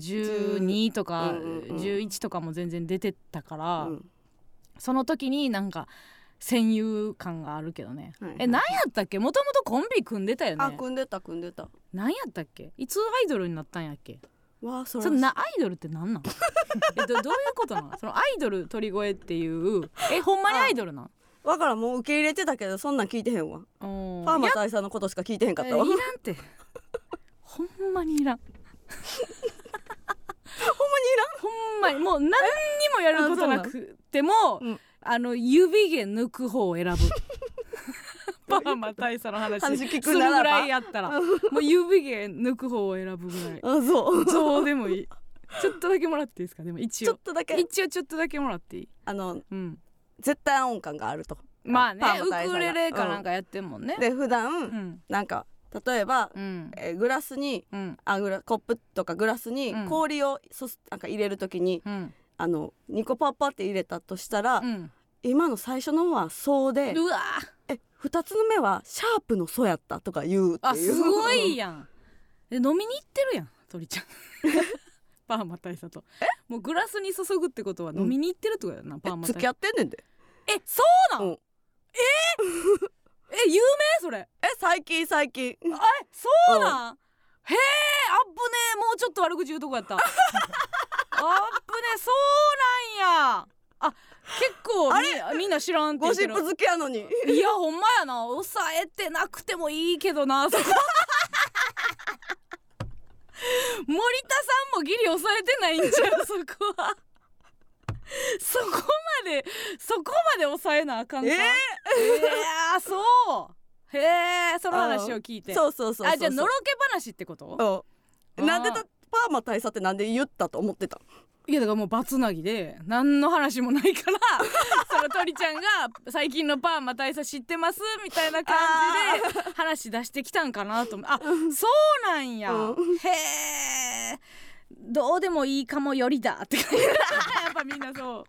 Speaker 2: 2012とか
Speaker 1: うんうんうん
Speaker 2: 11とかも全然出てったから、
Speaker 1: うん
Speaker 2: その時になんか戦友感があるけどね、
Speaker 1: はいはい
Speaker 2: えなんやったっけもともとコンビ組んでたよ
Speaker 1: あ
Speaker 2: ね
Speaker 1: 組んでた組んでた
Speaker 2: なんやったっけいつアイドルになったんやっけ
Speaker 1: わあそれ
Speaker 2: そのなアイドルってなんなんえどどういうことなんそのアイドル鳥越っていうえほんまにアイドルなん
Speaker 1: わからんもう受け入れてたけどそんなん聞いてへんわ
Speaker 2: パー
Speaker 1: パーマ大佐のことしか聞いてへんかったわ
Speaker 2: いやいらんってほんまにいらんほんまにいらんほんまにもう何にもやることなくてもあ
Speaker 1: そうなんうん
Speaker 2: の指毛抜く方を選ぶパーマ大佐の話
Speaker 1: 話聞
Speaker 2: す
Speaker 1: く
Speaker 2: るぐ
Speaker 1: ならば
Speaker 2: らいやったらもう指毛抜く方を選ぶぐらい
Speaker 1: あそう
Speaker 2: どうでもいいちょっとだけもらっていいですかでも 一
Speaker 1: ちょ
Speaker 2: 応
Speaker 1: っとだけ
Speaker 2: 一応ちょっとだけもらっていい
Speaker 1: あの
Speaker 2: うん
Speaker 1: 絶対音感があると
Speaker 2: まあね
Speaker 1: パー
Speaker 2: ウ
Speaker 1: マ大佐が
Speaker 2: クレレかなんかやってんもんね
Speaker 1: で普段、
Speaker 2: うん
Speaker 1: なんか例えば、
Speaker 2: うん
Speaker 1: えーグラスに
Speaker 2: うん
Speaker 1: あグラコップとかグラスに
Speaker 2: うん
Speaker 1: 氷をそすなんか入れるときに、
Speaker 2: うん
Speaker 1: あのニコパッパって入れたとしたら、
Speaker 2: うん
Speaker 1: 今の最初のは「そうで
Speaker 2: うわー」
Speaker 1: え2つ目は「シャープの「そ」やったとか言うっていう
Speaker 2: あすごい
Speaker 1: い
Speaker 2: やんで飲みに行ってるやん鳥ちゃん パーマ大佐ともうグラスに注ぐってことは飲みに行ってるってことやな、パーマ大
Speaker 1: 付き
Speaker 2: 佐
Speaker 1: 合ってんねんで
Speaker 2: えそうな
Speaker 1: う
Speaker 2: ん、
Speaker 1: ん
Speaker 2: えーえ有名それ
Speaker 1: え最近最近
Speaker 2: あえそうなん、へえあっぶねえもうちょっと悪口言うと こやったあっぶねえそうなんやあ結構あれみんな知らんって言
Speaker 1: ゴ
Speaker 2: っ
Speaker 1: シ
Speaker 2: てる
Speaker 1: ップ好きやのに
Speaker 2: いやほんまやな抑えてなくてもいいけどなそこ森田さんもギリ抑えてないんちゃうそこはそこまでそこまで抑えなあかんか
Speaker 1: えー
Speaker 2: いやーそうへえその話を聞いて
Speaker 1: そうそうそうそう
Speaker 2: あじゃあのろけ話ってこと
Speaker 1: うんなんでだ
Speaker 2: あー
Speaker 1: パーマ大佐ってなんで言ったと思ってた
Speaker 2: いやだからもうバツナギで何の話もないから その鳥ちゃんが「最近のパーマ大佐知ってます?」みたいな感じで話出してきたんかなと思ってあそうなんや、
Speaker 1: うん
Speaker 2: へえどうでもいいかもよりだって やっぱみんなそう。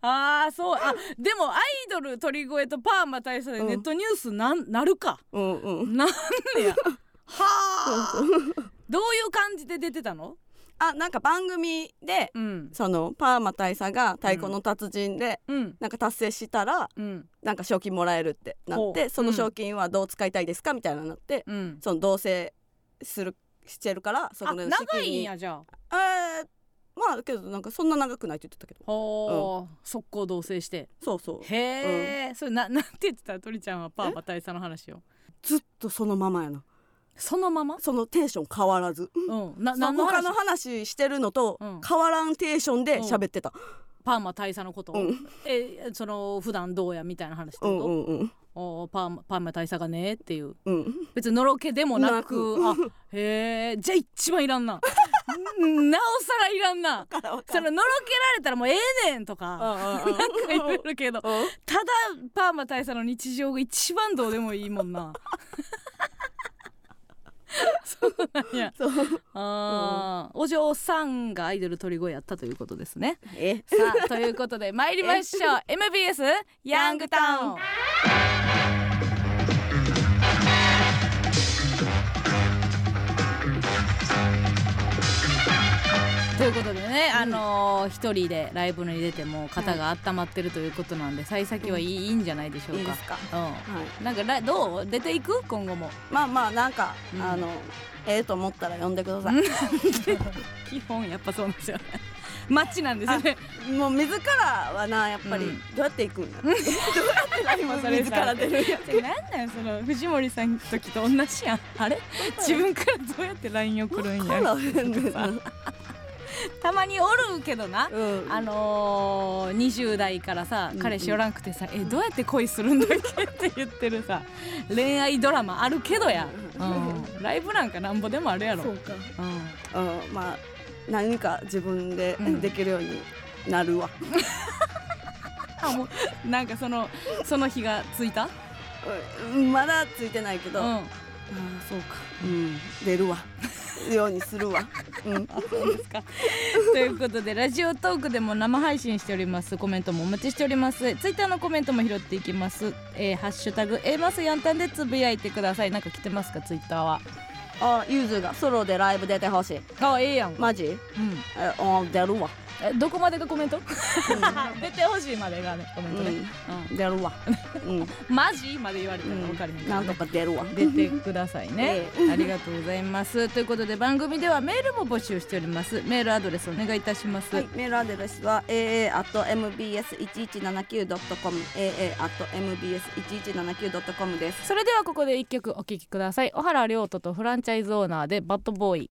Speaker 2: あーそうあでもアイドル鳥越とパーマ大佐でネットニュースなん、なるか
Speaker 1: うん うん
Speaker 2: なんでやはあどういう感じで出てたの
Speaker 1: あなんか番組で
Speaker 2: うん
Speaker 1: そのパーマ大佐が太鼓の達人で
Speaker 2: うん
Speaker 1: なんか達成したら
Speaker 2: うん
Speaker 1: なんか賞金もらえるってなっ
Speaker 2: ほう
Speaker 1: てその賞金はどう使いたいですかみたいなのになって
Speaker 2: うん
Speaker 1: その同棲するしてるからそこ
Speaker 2: あ
Speaker 1: の
Speaker 2: 長いん
Speaker 1: え
Speaker 2: やじゃあ
Speaker 1: ーまあけどなんかそんな長くないって言ってたけど
Speaker 2: ほう、速攻同棲して
Speaker 1: そうそう
Speaker 2: へえ、それななん て言ってた鳥ちゃんはパーマ大佐の話を
Speaker 1: ずっとそのままやな
Speaker 2: そのまま
Speaker 1: そのテンション変わらず
Speaker 2: うんな
Speaker 1: そ
Speaker 2: 何
Speaker 1: う
Speaker 2: の
Speaker 1: 他
Speaker 2: 話
Speaker 1: の話してるのと
Speaker 2: うん
Speaker 1: 変わらんテンションで喋ってた
Speaker 2: パーマ大佐のこと、
Speaker 1: うん
Speaker 2: えその普段どうやみたいな話っ
Speaker 1: う
Speaker 2: てこと、
Speaker 1: んうんうん
Speaker 2: おーパーマパーマ大佐がねっていう
Speaker 1: うん
Speaker 2: 別にのろけでもなくあ
Speaker 1: な
Speaker 2: へえじゃあ一番 いらんなんなおさらいらんなそののろけられたらもうええねんとか、なんか言えるけど
Speaker 1: うん
Speaker 2: ただパーマ大佐の日常が一番どうでもいいもんな そうなんや
Speaker 1: そう
Speaker 2: あー、お嬢さんがアイドル鳥越やったということですね
Speaker 1: え
Speaker 2: さあということで参りましょう MBS ヤングタウンということでね、あのー一人でライブに出ても肩が温まってるということなんで、幸先はいい,、いいんじゃないでしょう
Speaker 1: いいで
Speaker 2: か
Speaker 1: すか
Speaker 2: う
Speaker 1: はい
Speaker 2: んなんかラどう出ていく今後も
Speaker 1: まあまあなんか、
Speaker 2: うん
Speaker 1: あのええと思ったら呼んでください、
Speaker 2: 基本やっぱそうなんですよね マッチなんですよね
Speaker 1: もう自らはなやっぱり、
Speaker 2: うん
Speaker 1: どうやって行くん だどうやってライブ
Speaker 2: それ
Speaker 1: 自ら出るんや
Speaker 2: でなんなんその藤森さんの時と同じやんあれ自分からどうやって LINE 送るん
Speaker 1: 分から
Speaker 2: や
Speaker 1: へんねんな
Speaker 2: たまにおるけどな
Speaker 1: うん
Speaker 2: あのー、20代からさ
Speaker 1: うん
Speaker 2: 彼氏おらんくてさ「えどうやって恋するんだっけ?」って言ってるさ恋愛ドラマあるけどや、
Speaker 1: う
Speaker 2: うん、ライブなんかなんぼでもあるやろ
Speaker 1: そうか
Speaker 2: うん
Speaker 1: うんまあ何か自分で
Speaker 2: うん
Speaker 1: できるようになるわ、
Speaker 2: あもうなんかそのその日がついた
Speaker 1: うんまだついてないけど、
Speaker 2: う
Speaker 1: あ
Speaker 2: ん
Speaker 1: あそうかうん出るわようにするわうん
Speaker 2: そうですか ということでラジオトークでも生配信しておりますコメントもお待ちしておりますツイッターのコメントも拾っていきます、えーハッシュタグ A マスヤンタンでつぶやいてくださいなんか来てますかツイッターは
Speaker 1: あゆずがソロでライブ出てほしい
Speaker 2: あええやん、
Speaker 1: マジ
Speaker 2: うん
Speaker 1: えあ出るわ
Speaker 2: えどこまでがコメント 出てほしいまでがねコメントね、
Speaker 1: うん出 るわ、うん
Speaker 2: うんマジまで言われたら分かります、
Speaker 1: なんとか出るわ、
Speaker 2: 出てくださいねありがとうございますということで番組ではメールも募集しておりますメールアドレスお願いいたします、
Speaker 1: はい、メールアドレスは aa mbs 一一七九ドットコム aa mbs 一一七九ドットコムです。
Speaker 2: それではここで一曲お聴きください小原亮斗とフランチャイズオーナーでバッドボーイ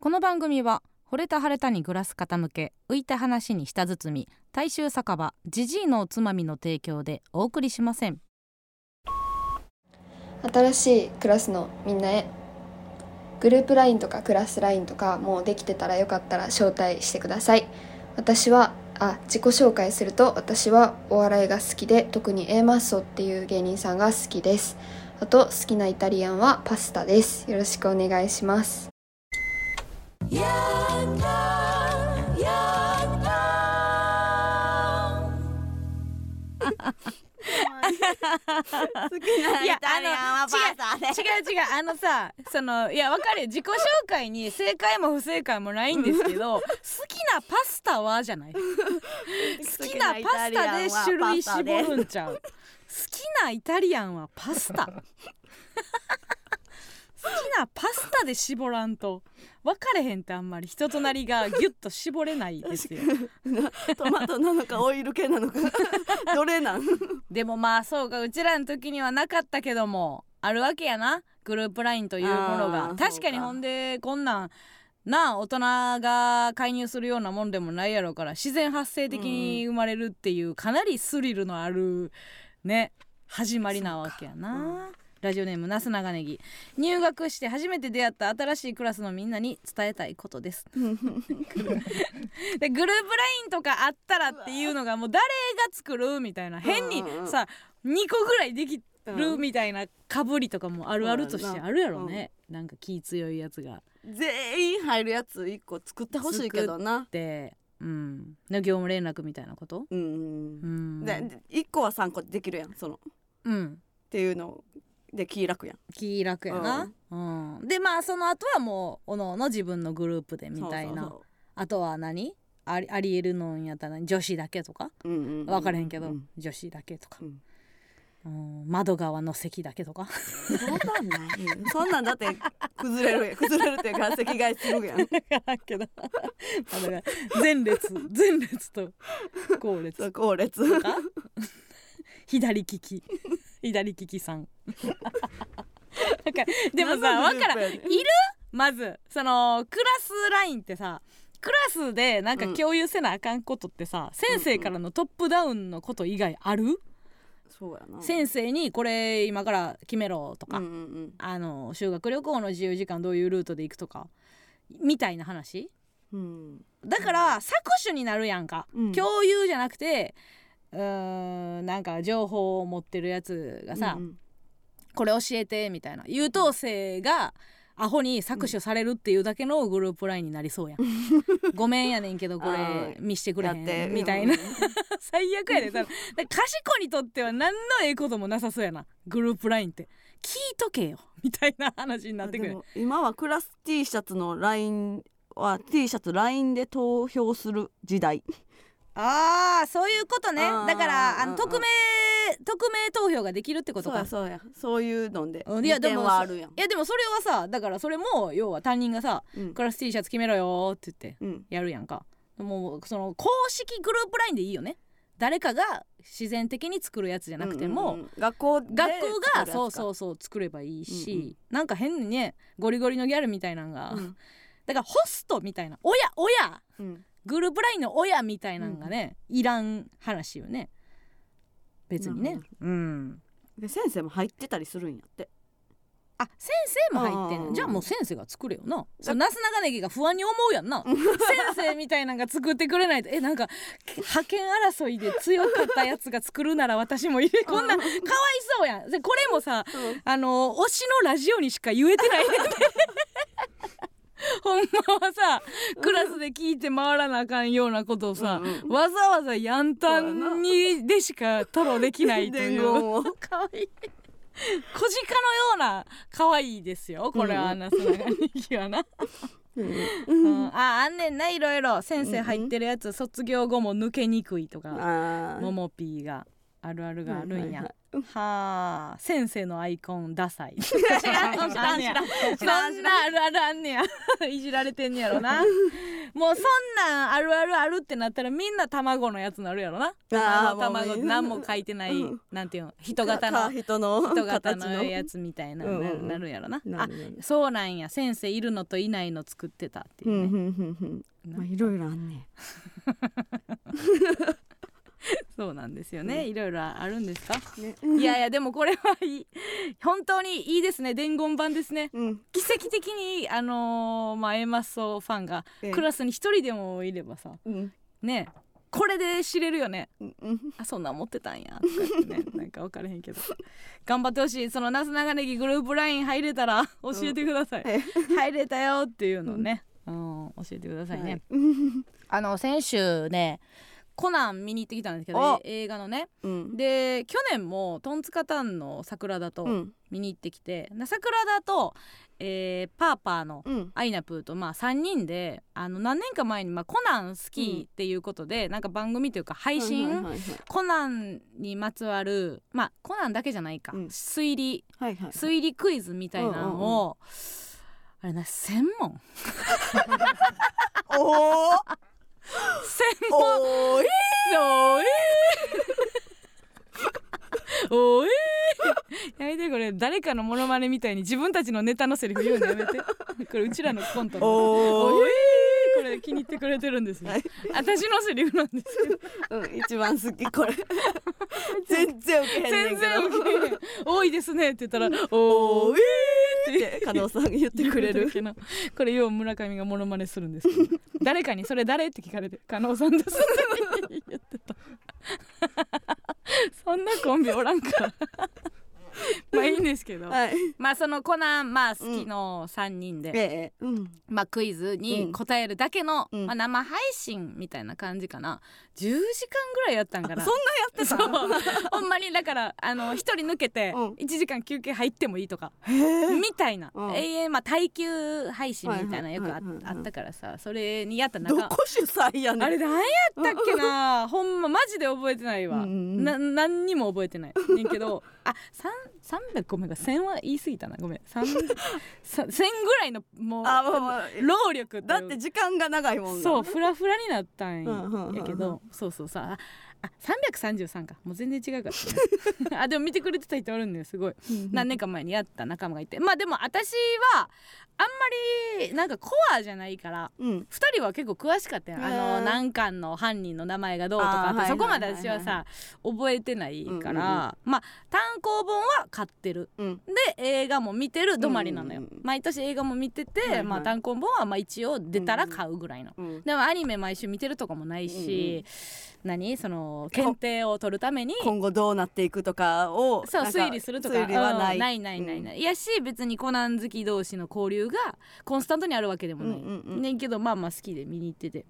Speaker 2: この番組は惚れた晴れたにグラス傾け浮いた話に舌包み大衆酒場ジジイのおつまみの提供でお送りしません
Speaker 3: 新しいクラスのみんなへグループ LINE とかクラス LINE とかもうできてたらよかったら招待してください私はあ自己紹介すると私はお笑いが好きで特に A マッソっていう芸人さんが好きですあと好きなイタリアンはパスタですよろしくお願いします
Speaker 1: 好きなイタリアンはパスタで
Speaker 2: 違う違うあのさそのいやわかるよ自己紹介に正解も不正解もないんですけ ど好きなパスタはじゃない好きなパスタで種類絞るんちゃう好きなイタリアンはパスタ好きなパスタで絞らんと分かれへんってあんまり人となりがギュッと絞れないですよ
Speaker 1: トマトなのかオイル系なのかどれなん
Speaker 2: でもまあそうかうちらの時にはなかったけどもあるわけやなグループラインというもの
Speaker 1: あ
Speaker 2: が
Speaker 1: ー
Speaker 2: 確か
Speaker 1: そう
Speaker 2: に
Speaker 1: か
Speaker 2: ほんでこんなんなあ大人が介入するようなもんでもないやろうから自然発生的に生まれるっていうかなりスリルのあるね始まりなわけやな、ラジオネームなす長ネギ入学して初めて出会った新しいクラスのみんなに伝えたいことですでグループラインとかあったらっていうのがもう誰が作るみたいな変に
Speaker 1: うんうん
Speaker 2: さ2個ぐらいできるみたいなかぶりとかもあるあるとしてあるやろね、なんか気強いやつが
Speaker 1: 全員入るやつ一個作ってほしいけどな
Speaker 2: でうんの業務連絡みたいなこと
Speaker 1: う
Speaker 2: うんん
Speaker 1: で一個は三個できるやんそのっ
Speaker 2: うん
Speaker 1: ていうので気楽やん
Speaker 2: 気楽やな、うんでまあその後はもうおのおの自分のグループでみたいな
Speaker 1: そうそう
Speaker 2: あとは何ありありえるのんやったら女子だけとか
Speaker 1: そううんうんうん
Speaker 2: 分からへんけど、
Speaker 1: う
Speaker 2: 女子だけとか、
Speaker 1: うん
Speaker 2: うん窓側の席だけとか
Speaker 1: そんなんないよそんなんだって崩れるやん崩れるっていうか席替えするやん
Speaker 2: わからんけどあのね前列前列と後 列
Speaker 1: そう後列
Speaker 2: とか左利き左利きさんなんかでもさわ
Speaker 1: 何のグループ
Speaker 2: からん
Speaker 1: や
Speaker 2: い
Speaker 1: ね
Speaker 2: るまずそのクラスラインってさクラスでなんか
Speaker 1: うん
Speaker 2: 共有せなあかんことってさ、先生からのトップダウンのこと以外ある、
Speaker 1: そうやな
Speaker 2: 先生にこれ今から決めろとか、
Speaker 1: うんうん
Speaker 2: あの修学旅行の自由時間どういうルートで行くとかみたいな話、
Speaker 1: うんうん
Speaker 2: だから搾取になるやんか、
Speaker 1: うん
Speaker 2: 共有じゃなくてうーんなんか情報を持ってるやつがさ、
Speaker 1: うんうん
Speaker 2: これ教えてみたいな優等生がアホに搾取されるっていうだけのグループラインになりそう やん、ごめんやねんけどこ
Speaker 1: あ
Speaker 2: れ
Speaker 1: ー
Speaker 2: 見してくれ
Speaker 1: や
Speaker 2: へ
Speaker 1: って
Speaker 2: んみたいな、
Speaker 1: うん
Speaker 2: 最悪やで多分だから賢にとっては何のええこともなさそうやなグループラインって聞いとけよみたいな話に なってく
Speaker 1: で
Speaker 2: る
Speaker 1: も今はクラス T シャツのラインは T シャツラインで投票する時代
Speaker 2: ああそういうことね
Speaker 1: あー
Speaker 2: だからあ
Speaker 1: うんう
Speaker 2: の
Speaker 1: ん
Speaker 2: 匿名匿名投票ができるってこと
Speaker 1: そう
Speaker 2: か
Speaker 1: やそうやそういうので
Speaker 2: うんいやで
Speaker 1: 利点
Speaker 2: も
Speaker 1: はあるやん
Speaker 2: いやでもそれはさだからそれも要は担任がさ
Speaker 1: う
Speaker 2: 「
Speaker 1: ん
Speaker 2: クラス T シャツ決めろよ」って言って
Speaker 1: うん
Speaker 2: やるやんかもうその公式グループラインでいいよね誰かが自然的に作るやつじゃなくても、
Speaker 1: うんうんうん学校で
Speaker 2: 学校がそう
Speaker 1: う
Speaker 2: そうそう作ればいいし、
Speaker 1: うんうん
Speaker 2: なんか変にねゴリゴリのギャルみたいなのが、
Speaker 1: ん
Speaker 2: だからホストみたいな親親
Speaker 1: うん
Speaker 2: グループラインの親みたいなのがね、いらん話よね別に
Speaker 1: な
Speaker 2: ね
Speaker 1: るほ
Speaker 2: うん
Speaker 1: で先生も入ってたりするんやって
Speaker 2: あ先生も入って
Speaker 1: う
Speaker 2: ん
Speaker 1: んうんうん
Speaker 2: ねんじゃあもう先生が作れよなそうなすながねぎが不安に思うやんな先生みたいなのが作ってくれないとえなんか派遣争いで強かったやつが作るなら私も入れこんなかわいそうやんでこれもさあの推しのラジオにしか言えてないねんてほんまはさクラスで聞いて回らなあかんようなことをさ、
Speaker 1: うんうん
Speaker 2: わざわざやんたんにでしかトロできないとい
Speaker 1: 伝
Speaker 2: う
Speaker 1: 言を
Speaker 2: かわいい小鹿のような可愛いですよこれはなすながにぎはな、
Speaker 1: う
Speaker 2: うん、ああんねんないろいろ先生入ってるやつ卒業後も抜けにくいと
Speaker 1: ん、
Speaker 2: か
Speaker 1: あ
Speaker 2: も
Speaker 1: ー
Speaker 2: もぴーがあるあるがあるんや
Speaker 1: はいはいはい
Speaker 2: はあ先生のアイコンダサい
Speaker 1: 知らん知らん知らん
Speaker 2: そんなあるあるあんねや いじられてんねやろなもうそんなんあるあるあるってなったらみんな卵のやつなるやろな
Speaker 1: あー
Speaker 2: 卵卵
Speaker 1: もうね
Speaker 2: 何も書いてない、
Speaker 1: うん
Speaker 2: なんていうの人
Speaker 1: か
Speaker 2: 型の
Speaker 1: か人の
Speaker 2: 人型
Speaker 1: 形
Speaker 2: のやつみたいなの
Speaker 1: うん
Speaker 2: な
Speaker 1: うんうん
Speaker 2: なるやろな
Speaker 1: な
Speaker 2: あ
Speaker 1: るなる
Speaker 2: そうなんや先生いるのといないの作ってたって
Speaker 1: う
Speaker 2: い
Speaker 1: ん
Speaker 2: う
Speaker 1: う
Speaker 2: ね、
Speaker 1: んうんうんまあいろいろあんね
Speaker 2: そうなんですよね、いろいろあるんですか
Speaker 1: ね
Speaker 2: いやいやでもこれはいい本当にいいですね伝言版ですね
Speaker 1: うん
Speaker 2: 奇跡的にあのーまあ A マッソファンが
Speaker 1: ええ
Speaker 2: クラスに一人でもいればさ
Speaker 1: うん
Speaker 2: ねこれで知れるよね
Speaker 1: うんうん
Speaker 2: あそんなん持ってたんやとか 言ってねなんか分からへんけど頑張ってほしいそのなすながねぎグループライン入れたら教えてください、
Speaker 1: え
Speaker 2: 入れたよっていうのをね、うん、教えてくださいね、
Speaker 1: はい
Speaker 2: あの先週ねコナン見に行ってきたんですけど
Speaker 1: お
Speaker 2: え映画のね
Speaker 1: うん
Speaker 2: で去年もトンツカタンの桜田
Speaker 1: う
Speaker 2: と
Speaker 1: ん
Speaker 2: 見に行ってきて、な桜田と、えーパーパーの
Speaker 1: うん
Speaker 2: アイナプーとまあ3人であの何年か前に、まあ、コナン好きっていうことで、なんか番組というか配信、
Speaker 1: はいはい
Speaker 2: コナンにまつわるまあコナンだけじゃないか、
Speaker 1: うん
Speaker 2: 推理
Speaker 1: はいはい
Speaker 2: 推理クイズみたいなのを、あれな専門
Speaker 1: おー
Speaker 2: 専門
Speaker 1: おーい
Speaker 2: おえーおえーやめてこれ誰かのモノマネみたいに自分たちのネタのセリフ言うのやめてこれうちらのコントの
Speaker 1: おーい
Speaker 2: これ気に入ってくれてるんですよ
Speaker 1: はい
Speaker 2: 私のセリフなんですけど
Speaker 1: うん一番好きこれ全然ウケへんね
Speaker 2: 全
Speaker 1: んけど
Speaker 2: 然受け入れん多いですねって言ったら「おーえー」って
Speaker 1: 加納さんが言ってくれる
Speaker 2: 言ってだけのこれよう村上がモノマネするんです けど誰かに「それ誰?」って聞かれて「加納さんです」って言ってたそんなコンビおらん からまあいいんですけど、
Speaker 1: はい
Speaker 2: まあそのコナンまあ好きの3人で、
Speaker 1: ええうん
Speaker 2: まあ、クイズに答えるだけの、
Speaker 1: うん
Speaker 2: まあ、生配信みたいな感じかな10時間ぐらいやったんかな
Speaker 1: あそんなやって
Speaker 2: そうほんまにだからあの一人抜けて
Speaker 1: うん
Speaker 2: 1時間休憩入ってもいいとか、
Speaker 1: たへえ
Speaker 2: みたいな、
Speaker 1: うん
Speaker 2: 永遠まあ耐久配信みたいなのよくあ,、
Speaker 1: はいはいはいはい
Speaker 2: あったからさそれにやった
Speaker 1: ど
Speaker 2: 中
Speaker 1: こ主催やねん
Speaker 2: あれ何やったっけな ほんまマジで覚えてないわ、
Speaker 1: うんうん
Speaker 2: な何にも覚えてないねんけどあ三三百ごめんが千は言い過ぎたなごめん三さ千ぐらいのもう
Speaker 1: あまあまあ
Speaker 2: 労力
Speaker 1: だって時間が長いもんな
Speaker 2: そうフラフラになった
Speaker 1: うん
Speaker 2: ん
Speaker 1: うんうんうん
Speaker 2: やけどそうそうさああ333かもう全然違うか ら、あでも見てくれてた人おるんだよすごい
Speaker 1: うん
Speaker 2: 何年か前にやった仲間がいてまあでも私はあんまりなんかコアじゃないから
Speaker 1: うん
Speaker 2: 2人は結構詳しかったよあ
Speaker 1: へ
Speaker 2: の
Speaker 1: ー
Speaker 2: 何巻の犯人の名前がどうと
Speaker 1: あー
Speaker 2: かって
Speaker 1: はい
Speaker 2: そこまで
Speaker 1: はいはい
Speaker 2: 私はさ覚えてないか
Speaker 1: うんうん
Speaker 2: らまあ単行本は買ってる
Speaker 1: うん
Speaker 2: で映画も見てる止まりなの
Speaker 1: う
Speaker 2: よ
Speaker 1: んうんうん
Speaker 2: 毎年映画も見て
Speaker 1: はいは
Speaker 2: て
Speaker 1: い
Speaker 2: まあ単行本はまあ一応出たら買うぐらいの
Speaker 1: うん
Speaker 2: でもアニメ毎週見てるとかもないし、何その検定を取るために
Speaker 1: 今後どうなっていくとかを
Speaker 2: そう
Speaker 1: なんか
Speaker 2: 推理するとか
Speaker 1: 推理はない、
Speaker 2: うんないないないない、いやし別にコナン好き同士の交流がコンスタントにあるわけでもない、
Speaker 1: うんうんうん
Speaker 2: ねんけどまあまあ好きで見に行ってて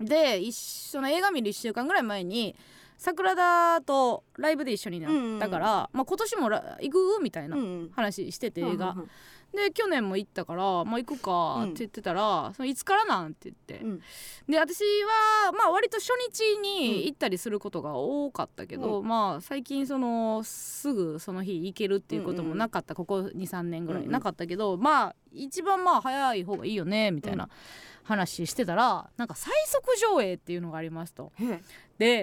Speaker 2: で一緒その映画見る1週間ぐらい前に桜田とライブで一緒になったから、まあ、今年もら行くみたい
Speaker 1: うん
Speaker 2: な
Speaker 1: うん
Speaker 2: 話してて映画、
Speaker 1: うん
Speaker 2: で去年も行ったから「まあ、行くか」って言ってたら「そのいつからなん?」って言って、
Speaker 1: うん
Speaker 2: で私はまあ割と初日に行ったりすることが多かったけど、まあ最近そのすぐその日行けるっていうこともなかった、ここ23年ぐ
Speaker 1: う
Speaker 2: らい
Speaker 1: んうん
Speaker 2: なかったけど、まあ一番まあ早い方がいいよねみたいな話してたらなんか最速上映っていうのがありますと。
Speaker 1: へえ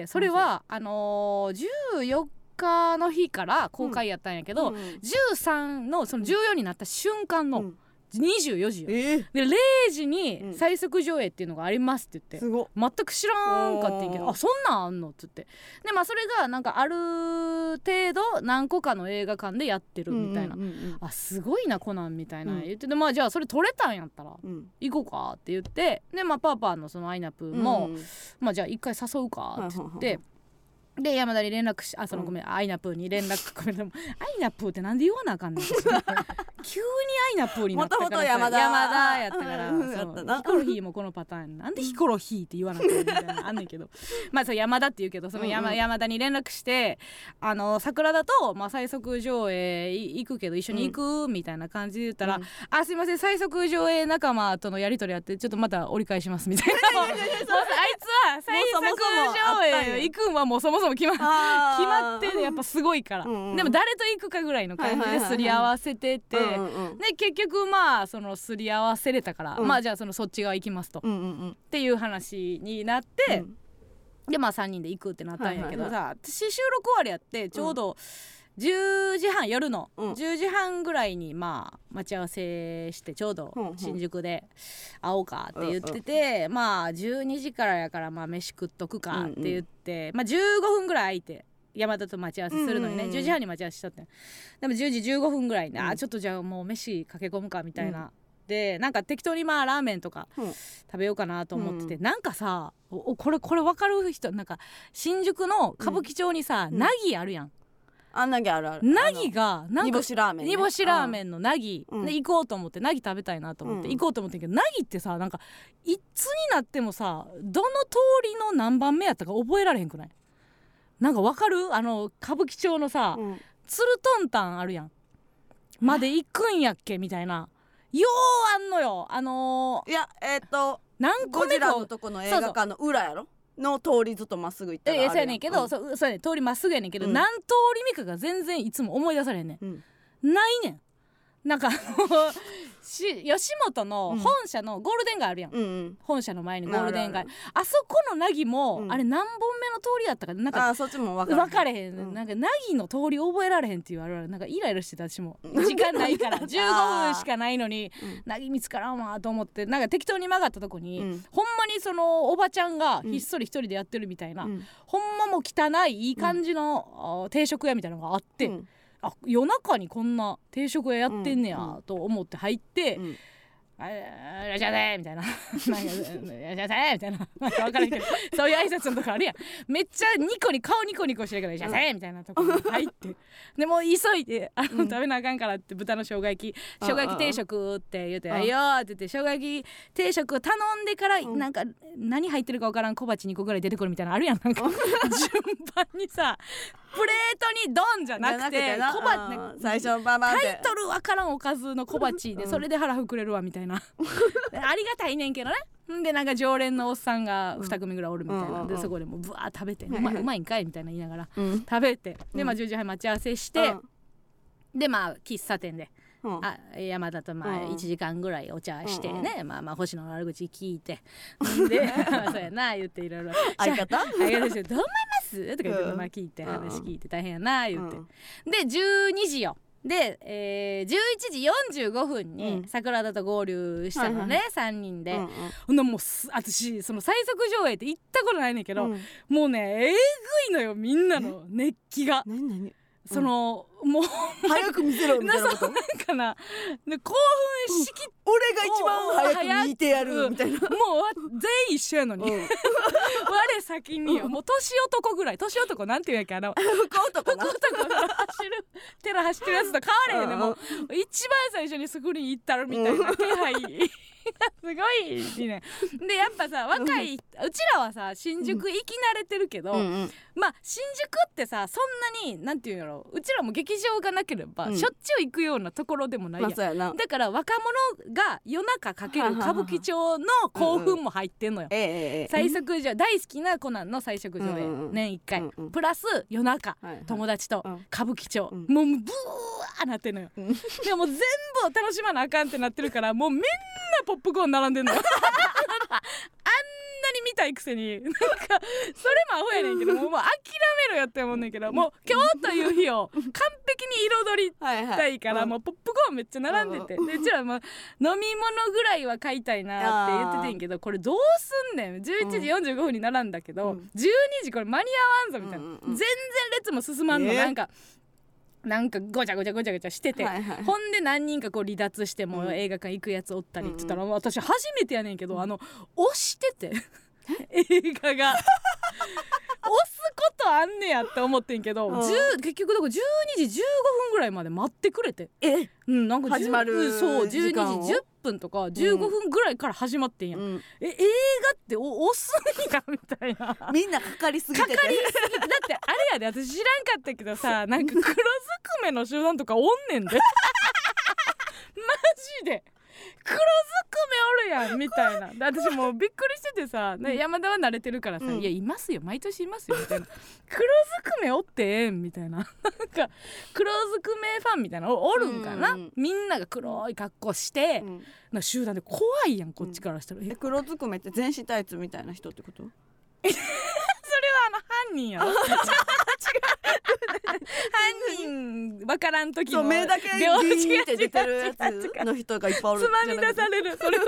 Speaker 2: でそれはあのー14日の日から公開やったんやけど、
Speaker 1: うん
Speaker 2: 13のその14になった瞬間
Speaker 1: う
Speaker 2: の
Speaker 1: ん
Speaker 2: 24時よ、
Speaker 1: ええ
Speaker 2: で0時に最速上映っていうのがありますって言って
Speaker 1: すごっ
Speaker 2: 全く知らんかってんけど
Speaker 1: おー
Speaker 2: あそんなんあんのって言ってでまあそれがなんかある程度何個かの映画館でやってるみたいな、
Speaker 1: うんうん
Speaker 2: あすごいなコナンみたいな
Speaker 1: うん
Speaker 2: 言ってでまあじゃあそれ撮れたんやったら
Speaker 1: うんうん
Speaker 2: 行こうかって言ってでまあパーパーのそのアイナプー
Speaker 1: うん
Speaker 2: も、
Speaker 1: うん
Speaker 2: まあじゃあ一回誘うかって言って、
Speaker 1: はいはいはい
Speaker 2: で山田に連絡しあそ
Speaker 1: う
Speaker 2: の
Speaker 1: ん
Speaker 2: ごめん、アイナプーに連絡ごめんでもアイナプーってなんで言わなあかんの 急にアイナプーになったから
Speaker 1: もともと山田
Speaker 2: 山田やったから
Speaker 1: うんや
Speaker 2: そ
Speaker 1: った
Speaker 2: う
Speaker 1: な
Speaker 2: ヒコロヒーもこのパターンなんでヒコロヒーって言わなあかんのみたいなのあんねんけど まあそう山田って言うけどその山,、
Speaker 1: うんうん
Speaker 2: 山田に連絡してあの桜田と、まあ、最速上映い行くけど一緒に行くみたいな感じで言ったら
Speaker 1: う
Speaker 2: 「
Speaker 1: ん
Speaker 2: あすいません最速上映仲間とのやり取りあってちょっとまた折り返します」みたいなもうあいつは最
Speaker 1: もうそもそ
Speaker 2: 速
Speaker 1: もあったん
Speaker 2: 上
Speaker 1: や
Speaker 2: 映行くんはもうそもそも決ま決
Speaker 1: あー
Speaker 2: まってるやっぱすごいから、
Speaker 1: うんうん
Speaker 2: でも誰と行くかぐらいの感じですり合わせてて。
Speaker 1: うんうんうん
Speaker 2: で結局まあそのすり合わせれたから、
Speaker 1: うん
Speaker 2: まあじゃあそのそっち側行きますと、
Speaker 1: うんうんうん
Speaker 2: っていう話になって、
Speaker 1: うん
Speaker 2: でまあ3人で行くってなったんやけど
Speaker 1: はい
Speaker 2: さ、私収録終わりやってちょうど10時半夜の
Speaker 1: うん
Speaker 2: 10時半ぐらいにまあ待ち合わせしてちょうど
Speaker 1: うんうん
Speaker 2: 新宿で会おうかって言っててまあ12時からやからまあ飯食っとくかって言ってまあ15分ぐらい空いて。山田と待ち合わせするのにね、
Speaker 1: うんうんうん
Speaker 2: 10時半に待ち合わせしとってんでも10時15分ぐらいに、
Speaker 1: うん
Speaker 2: あーちょっとじゃあもう飯駆け込むかみたいな、でなんか適当にまあラーメンとか
Speaker 1: うん
Speaker 2: 食べようかなと思ってて、
Speaker 1: う
Speaker 2: なんかさおおこれこれ分かる人なんか新宿の歌舞伎町にさ、
Speaker 1: うん
Speaker 2: ナギあるやん、
Speaker 1: あんなぎあるある
Speaker 2: ナギが
Speaker 1: あの
Speaker 2: なん
Speaker 1: 煮
Speaker 2: か
Speaker 1: 干しラーメンね
Speaker 2: 煮干しラーメ
Speaker 1: ン
Speaker 2: ンのナギ、
Speaker 1: うん
Speaker 2: で行こうと思ってナギ食べたいなと思って、
Speaker 1: うん
Speaker 2: 行こうと思ってんけどナギってさなんかいつになってもさどの通りの何番目やったか覚えられへんくないなんか分かるあの歌舞伎町のさ、
Speaker 1: うん
Speaker 2: ツルトンタンあるやんまで行くんやっけみたいなようあんのよあのー
Speaker 1: いやえっと
Speaker 2: 何個
Speaker 1: ゴ
Speaker 2: 目
Speaker 1: ジ
Speaker 2: か
Speaker 1: ラのとこの映画館の裏やろの通りずっとまっすぐ行ったらあ
Speaker 2: ええ
Speaker 1: る
Speaker 2: そうやねんけど、
Speaker 1: うん
Speaker 2: そうそうやねん通りまっすぐやねんけど、
Speaker 1: うん
Speaker 2: 何通り目かが全然いつも思い出されへんね
Speaker 1: うん
Speaker 2: んないねんなんかあ のし吉本の本社のゴールデン街あるやん、
Speaker 1: うんうん
Speaker 2: 本社の前にゴールデン街あ
Speaker 1: ある
Speaker 2: そこのナギも、
Speaker 1: うん
Speaker 2: あれ何本目の通りやったかなん
Speaker 1: あ
Speaker 2: か
Speaker 1: ーそっちも分か
Speaker 2: 分かれ
Speaker 1: れ
Speaker 2: へんねん、
Speaker 1: うん
Speaker 2: なんかナギの通り覚えられへんって言われるなんかイライラしてた私も
Speaker 1: うん
Speaker 2: 時間な いから15
Speaker 1: あー
Speaker 2: 分しかないのに
Speaker 1: うん
Speaker 2: ナギ見つからんわと思ってなんか適当に曲がったとこに、
Speaker 1: うん
Speaker 2: ほんまにそのおばちゃんがひっそり一人でやってるみたいな、
Speaker 1: うん
Speaker 2: ほんまもう汚いいい感じの、あー定食屋みたいなのがあって、
Speaker 1: うん
Speaker 2: あ夜中にこんな定食屋やってんねやと思って入って
Speaker 1: うん
Speaker 2: 「あーいらっしゃいませ」みたいな 「なんかいらっしゃいませ」みたいななんか分からんけ どそういう挨拶のとこあるやんめっちゃニコニコ顔ニコニコしてるから「いらっしゃいませ」みたいなとこに入ってでもう急いであの、食べなあかんからって豚の生姜焼き生姜焼き定食って言うて「
Speaker 1: うん
Speaker 2: いいよ」って言って生姜焼き定食頼んでから
Speaker 1: うん
Speaker 2: なんか何入ってるか分からん小鉢2個ぐらい出てくるみたいなのあるやんなんか 順番にさプレートにドンじゃなくて
Speaker 1: な
Speaker 2: 小
Speaker 1: あ
Speaker 2: 鉢
Speaker 1: ー
Speaker 2: ね
Speaker 1: 最初バンバンっ
Speaker 2: タ
Speaker 1: て
Speaker 2: イトルわからんおかずの小鉢で
Speaker 1: うん
Speaker 2: それで腹膨れるわみたいな ありがたいねんけどねんでなんか常連のおっさんが2組ぐらいおるみたいな、
Speaker 1: うんうんうん
Speaker 2: でそこでもうぶわー食べて、う
Speaker 1: はい
Speaker 2: ま
Speaker 1: はい
Speaker 2: い「うまいんかい」みたいな言いながら
Speaker 1: うん
Speaker 2: 食べてでまあ
Speaker 1: うん
Speaker 2: 10時半待ち合わせし
Speaker 1: う
Speaker 2: て、
Speaker 1: ん
Speaker 2: でまあ喫茶店で
Speaker 1: うん
Speaker 2: あ山田とまあ
Speaker 1: うん
Speaker 2: 1時間ぐらいお茶してね、まあまあ星野の悪口聞い てでまあそうやな言っていろいろ
Speaker 1: 相方
Speaker 2: 「ありがとうしてどう思います?」とか言って、
Speaker 1: うん
Speaker 2: まあ聞いて
Speaker 1: うん
Speaker 2: 話聞いて大変やな言って、
Speaker 1: うん
Speaker 2: で12時よで、えー、11時45分
Speaker 1: う
Speaker 2: に
Speaker 1: ん
Speaker 2: 桜田と合流したのね、三3人で、
Speaker 1: うん
Speaker 2: ほんならもうす私その最速上映って行ったことないねんけど、
Speaker 1: うん
Speaker 2: もうねえぐいのよみんなの熱気が。
Speaker 1: 何何
Speaker 2: その、もう
Speaker 1: 早く見せろみたいな こと
Speaker 2: なんかなで興奮しきっ
Speaker 1: 俺が一番早く見てやるみたいな。
Speaker 2: もうわ全員一緒やのに、
Speaker 1: うん、
Speaker 2: 我先によもう年男ぐらい年男なんて言うんやっけあの
Speaker 1: 福男な。
Speaker 2: 男が走る手の走ってるやつと変われへんねもう一番最初にスクリーン行ったるみたいな気配 すごいねでやっぱさ若いうちらはさ新宿行き慣れてるけど、
Speaker 1: うんうん
Speaker 2: まあ新宿ってさそんなになんていうんやろうちらも劇場がなければ、
Speaker 1: うん
Speaker 2: しょっちゅう行くようなところでもない
Speaker 1: ま
Speaker 2: や
Speaker 1: あ
Speaker 2: ん
Speaker 1: そうやな。
Speaker 2: だから若者が夜中かける歌舞伎町の興奮も入ってんのよ
Speaker 1: え。えええ。
Speaker 2: 最速上大好きなコナンの最速上
Speaker 1: うんうん
Speaker 2: 映
Speaker 1: うん
Speaker 2: 年1回
Speaker 1: うんうん
Speaker 2: プラス夜中
Speaker 1: はいはい
Speaker 2: 友達と
Speaker 1: うん
Speaker 2: 歌舞伎町
Speaker 1: うん
Speaker 2: もうブワーなってんのよ
Speaker 1: うん
Speaker 2: でもう全部を楽しまなあかんってなってるからもうみんなポップコーン並ん でんのよあんなに見たいくせになんかそれもアホやねんけどもうもう諦めろよって思うねんけどもう今日という日を完璧に彩り
Speaker 1: はいは
Speaker 2: た
Speaker 1: い。
Speaker 2: いから、
Speaker 1: うん
Speaker 2: もうポップコーンめっちゃ並んでて、うでうちらも飲み物ぐらいは買いたいなって言っててんけどこれどうすんねん11時45分に並んだけど、
Speaker 1: うん
Speaker 2: 12時これ間に合わんぞみたいな、
Speaker 1: うんうんうん
Speaker 2: 全然列も進まんの、
Speaker 1: え
Speaker 2: なんかなんかごちゃごちゃごちゃごちゃしてて。
Speaker 1: はいはい。
Speaker 2: ほんで何人かこう離脱しても
Speaker 1: うん
Speaker 2: 映画館行くやつおったりっ
Speaker 1: うんうん
Speaker 2: て言ったら、私初めてやねんけど、あの押してて映画が押すことあんねやって思ってんけど、
Speaker 1: うん
Speaker 2: 10結局だから12時15分ぐらいまで待ってくれて、
Speaker 1: え、
Speaker 2: うん、なんか10
Speaker 1: 始まる
Speaker 2: うんそう12時
Speaker 1: 時間を
Speaker 2: 10分とか15分ぐらいから始まってんや、、
Speaker 1: うんん、
Speaker 2: え映画ってお遅いなみたいな。
Speaker 1: みんなかかりすぎてて
Speaker 2: かかりだってあれやで私知らんかったけどさなんか黒ずくめの集団とかおんねんでマジで黒ずくめおるやんみたいなで私もうびっくりしててさ、ね山田は慣れてるからさ「
Speaker 1: うん
Speaker 2: いやいますよ毎年いますよ」みたいな「黒ずくめおってええん」みたいななんか黒ずくめファンみたいなのおおるんかな、
Speaker 1: うんうん
Speaker 2: みんなが黒い格好して、
Speaker 1: うん
Speaker 2: な集団で怖いやんこっちからしたら、え
Speaker 1: え黒ずくめって全身タイツみたいな人ってこと
Speaker 2: あの犯人やろ違う犯人わからん時
Speaker 1: そ
Speaker 2: の
Speaker 1: う目だけギ
Speaker 2: でお違
Speaker 1: ーン
Speaker 2: う
Speaker 1: って出てるや
Speaker 2: 違う違う違う
Speaker 1: つの人がいっぱいおる
Speaker 2: つまみ出
Speaker 1: じゃ
Speaker 2: さ
Speaker 1: なくて
Speaker 2: れるそれは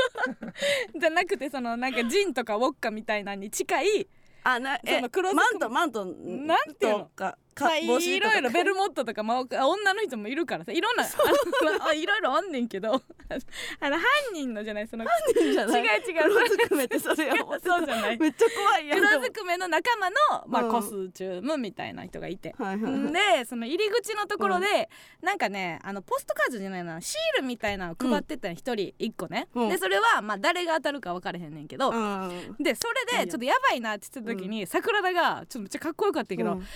Speaker 2: じゃなくてそのなんかジンとかウォッカみたいなのに近い
Speaker 1: あなえ
Speaker 2: その黒ずくめ
Speaker 1: マントマント
Speaker 2: なんていうの
Speaker 1: とか
Speaker 2: ま
Speaker 1: か
Speaker 2: あい
Speaker 1: 帽子と
Speaker 2: ろいろ
Speaker 1: か
Speaker 2: ベルモットとか、まあ、女の人もいるからさいろんな あのあいろいろおんねんけどあの犯人のじゃないその
Speaker 1: じゃない
Speaker 2: 違う違う
Speaker 1: 黒ずくめってそれや思ってた
Speaker 2: そうじゃない
Speaker 1: めっちゃ怖いやん
Speaker 2: 黒ずくめの仲間の、まあ、
Speaker 1: うん
Speaker 2: コスチュームみたいな人がいて、
Speaker 1: はいはいはい
Speaker 2: でその入り口のところで、なんかねあのポストカードじゃないなシールみたいなの配ってたの一人一個ね、
Speaker 1: うん
Speaker 2: でそれはまあ誰が当たるか分からへんねんけど、
Speaker 1: うん
Speaker 2: でそれでちょっとやばいなって言ってた時に、桜田がちょっとめっちゃかっこよかったけど、
Speaker 1: うん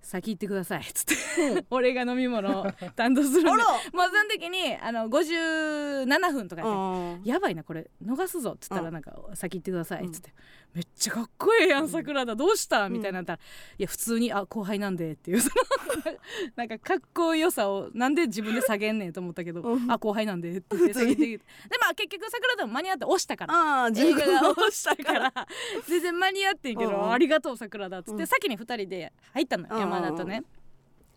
Speaker 2: 先行ってくださいっつって、 俺が飲み物を担当するんで
Speaker 1: あら
Speaker 2: もうその時にあの57分とかやって
Speaker 1: うん
Speaker 2: やばいなこれ逃すぞ」っつった
Speaker 1: う
Speaker 2: ら
Speaker 1: ん
Speaker 2: なんか「先行ってください」
Speaker 1: う
Speaker 2: っ
Speaker 1: ん
Speaker 2: つって「めっちゃかっこええや
Speaker 1: うん
Speaker 2: ん桜田どうした?」
Speaker 1: ん
Speaker 2: みたいになったら「いや普通にあ後輩なんで」っていうそ のなんかかっこよさをなんで自分で下げんねんと思ったけど
Speaker 1: う
Speaker 2: 「あ後輩なんで」って言って下げてでまあ結局桜田も間に合って押したから。
Speaker 1: ああ
Speaker 2: 映
Speaker 1: 自
Speaker 2: 画
Speaker 1: 分
Speaker 2: が
Speaker 1: の
Speaker 2: 押したから全然間に合ってんけ
Speaker 1: うんうん
Speaker 2: ど「ありがとう桜田」っつっ
Speaker 1: うん
Speaker 2: て先に2人で入ったの
Speaker 1: うん
Speaker 2: よ
Speaker 1: うんうん
Speaker 2: 山田とね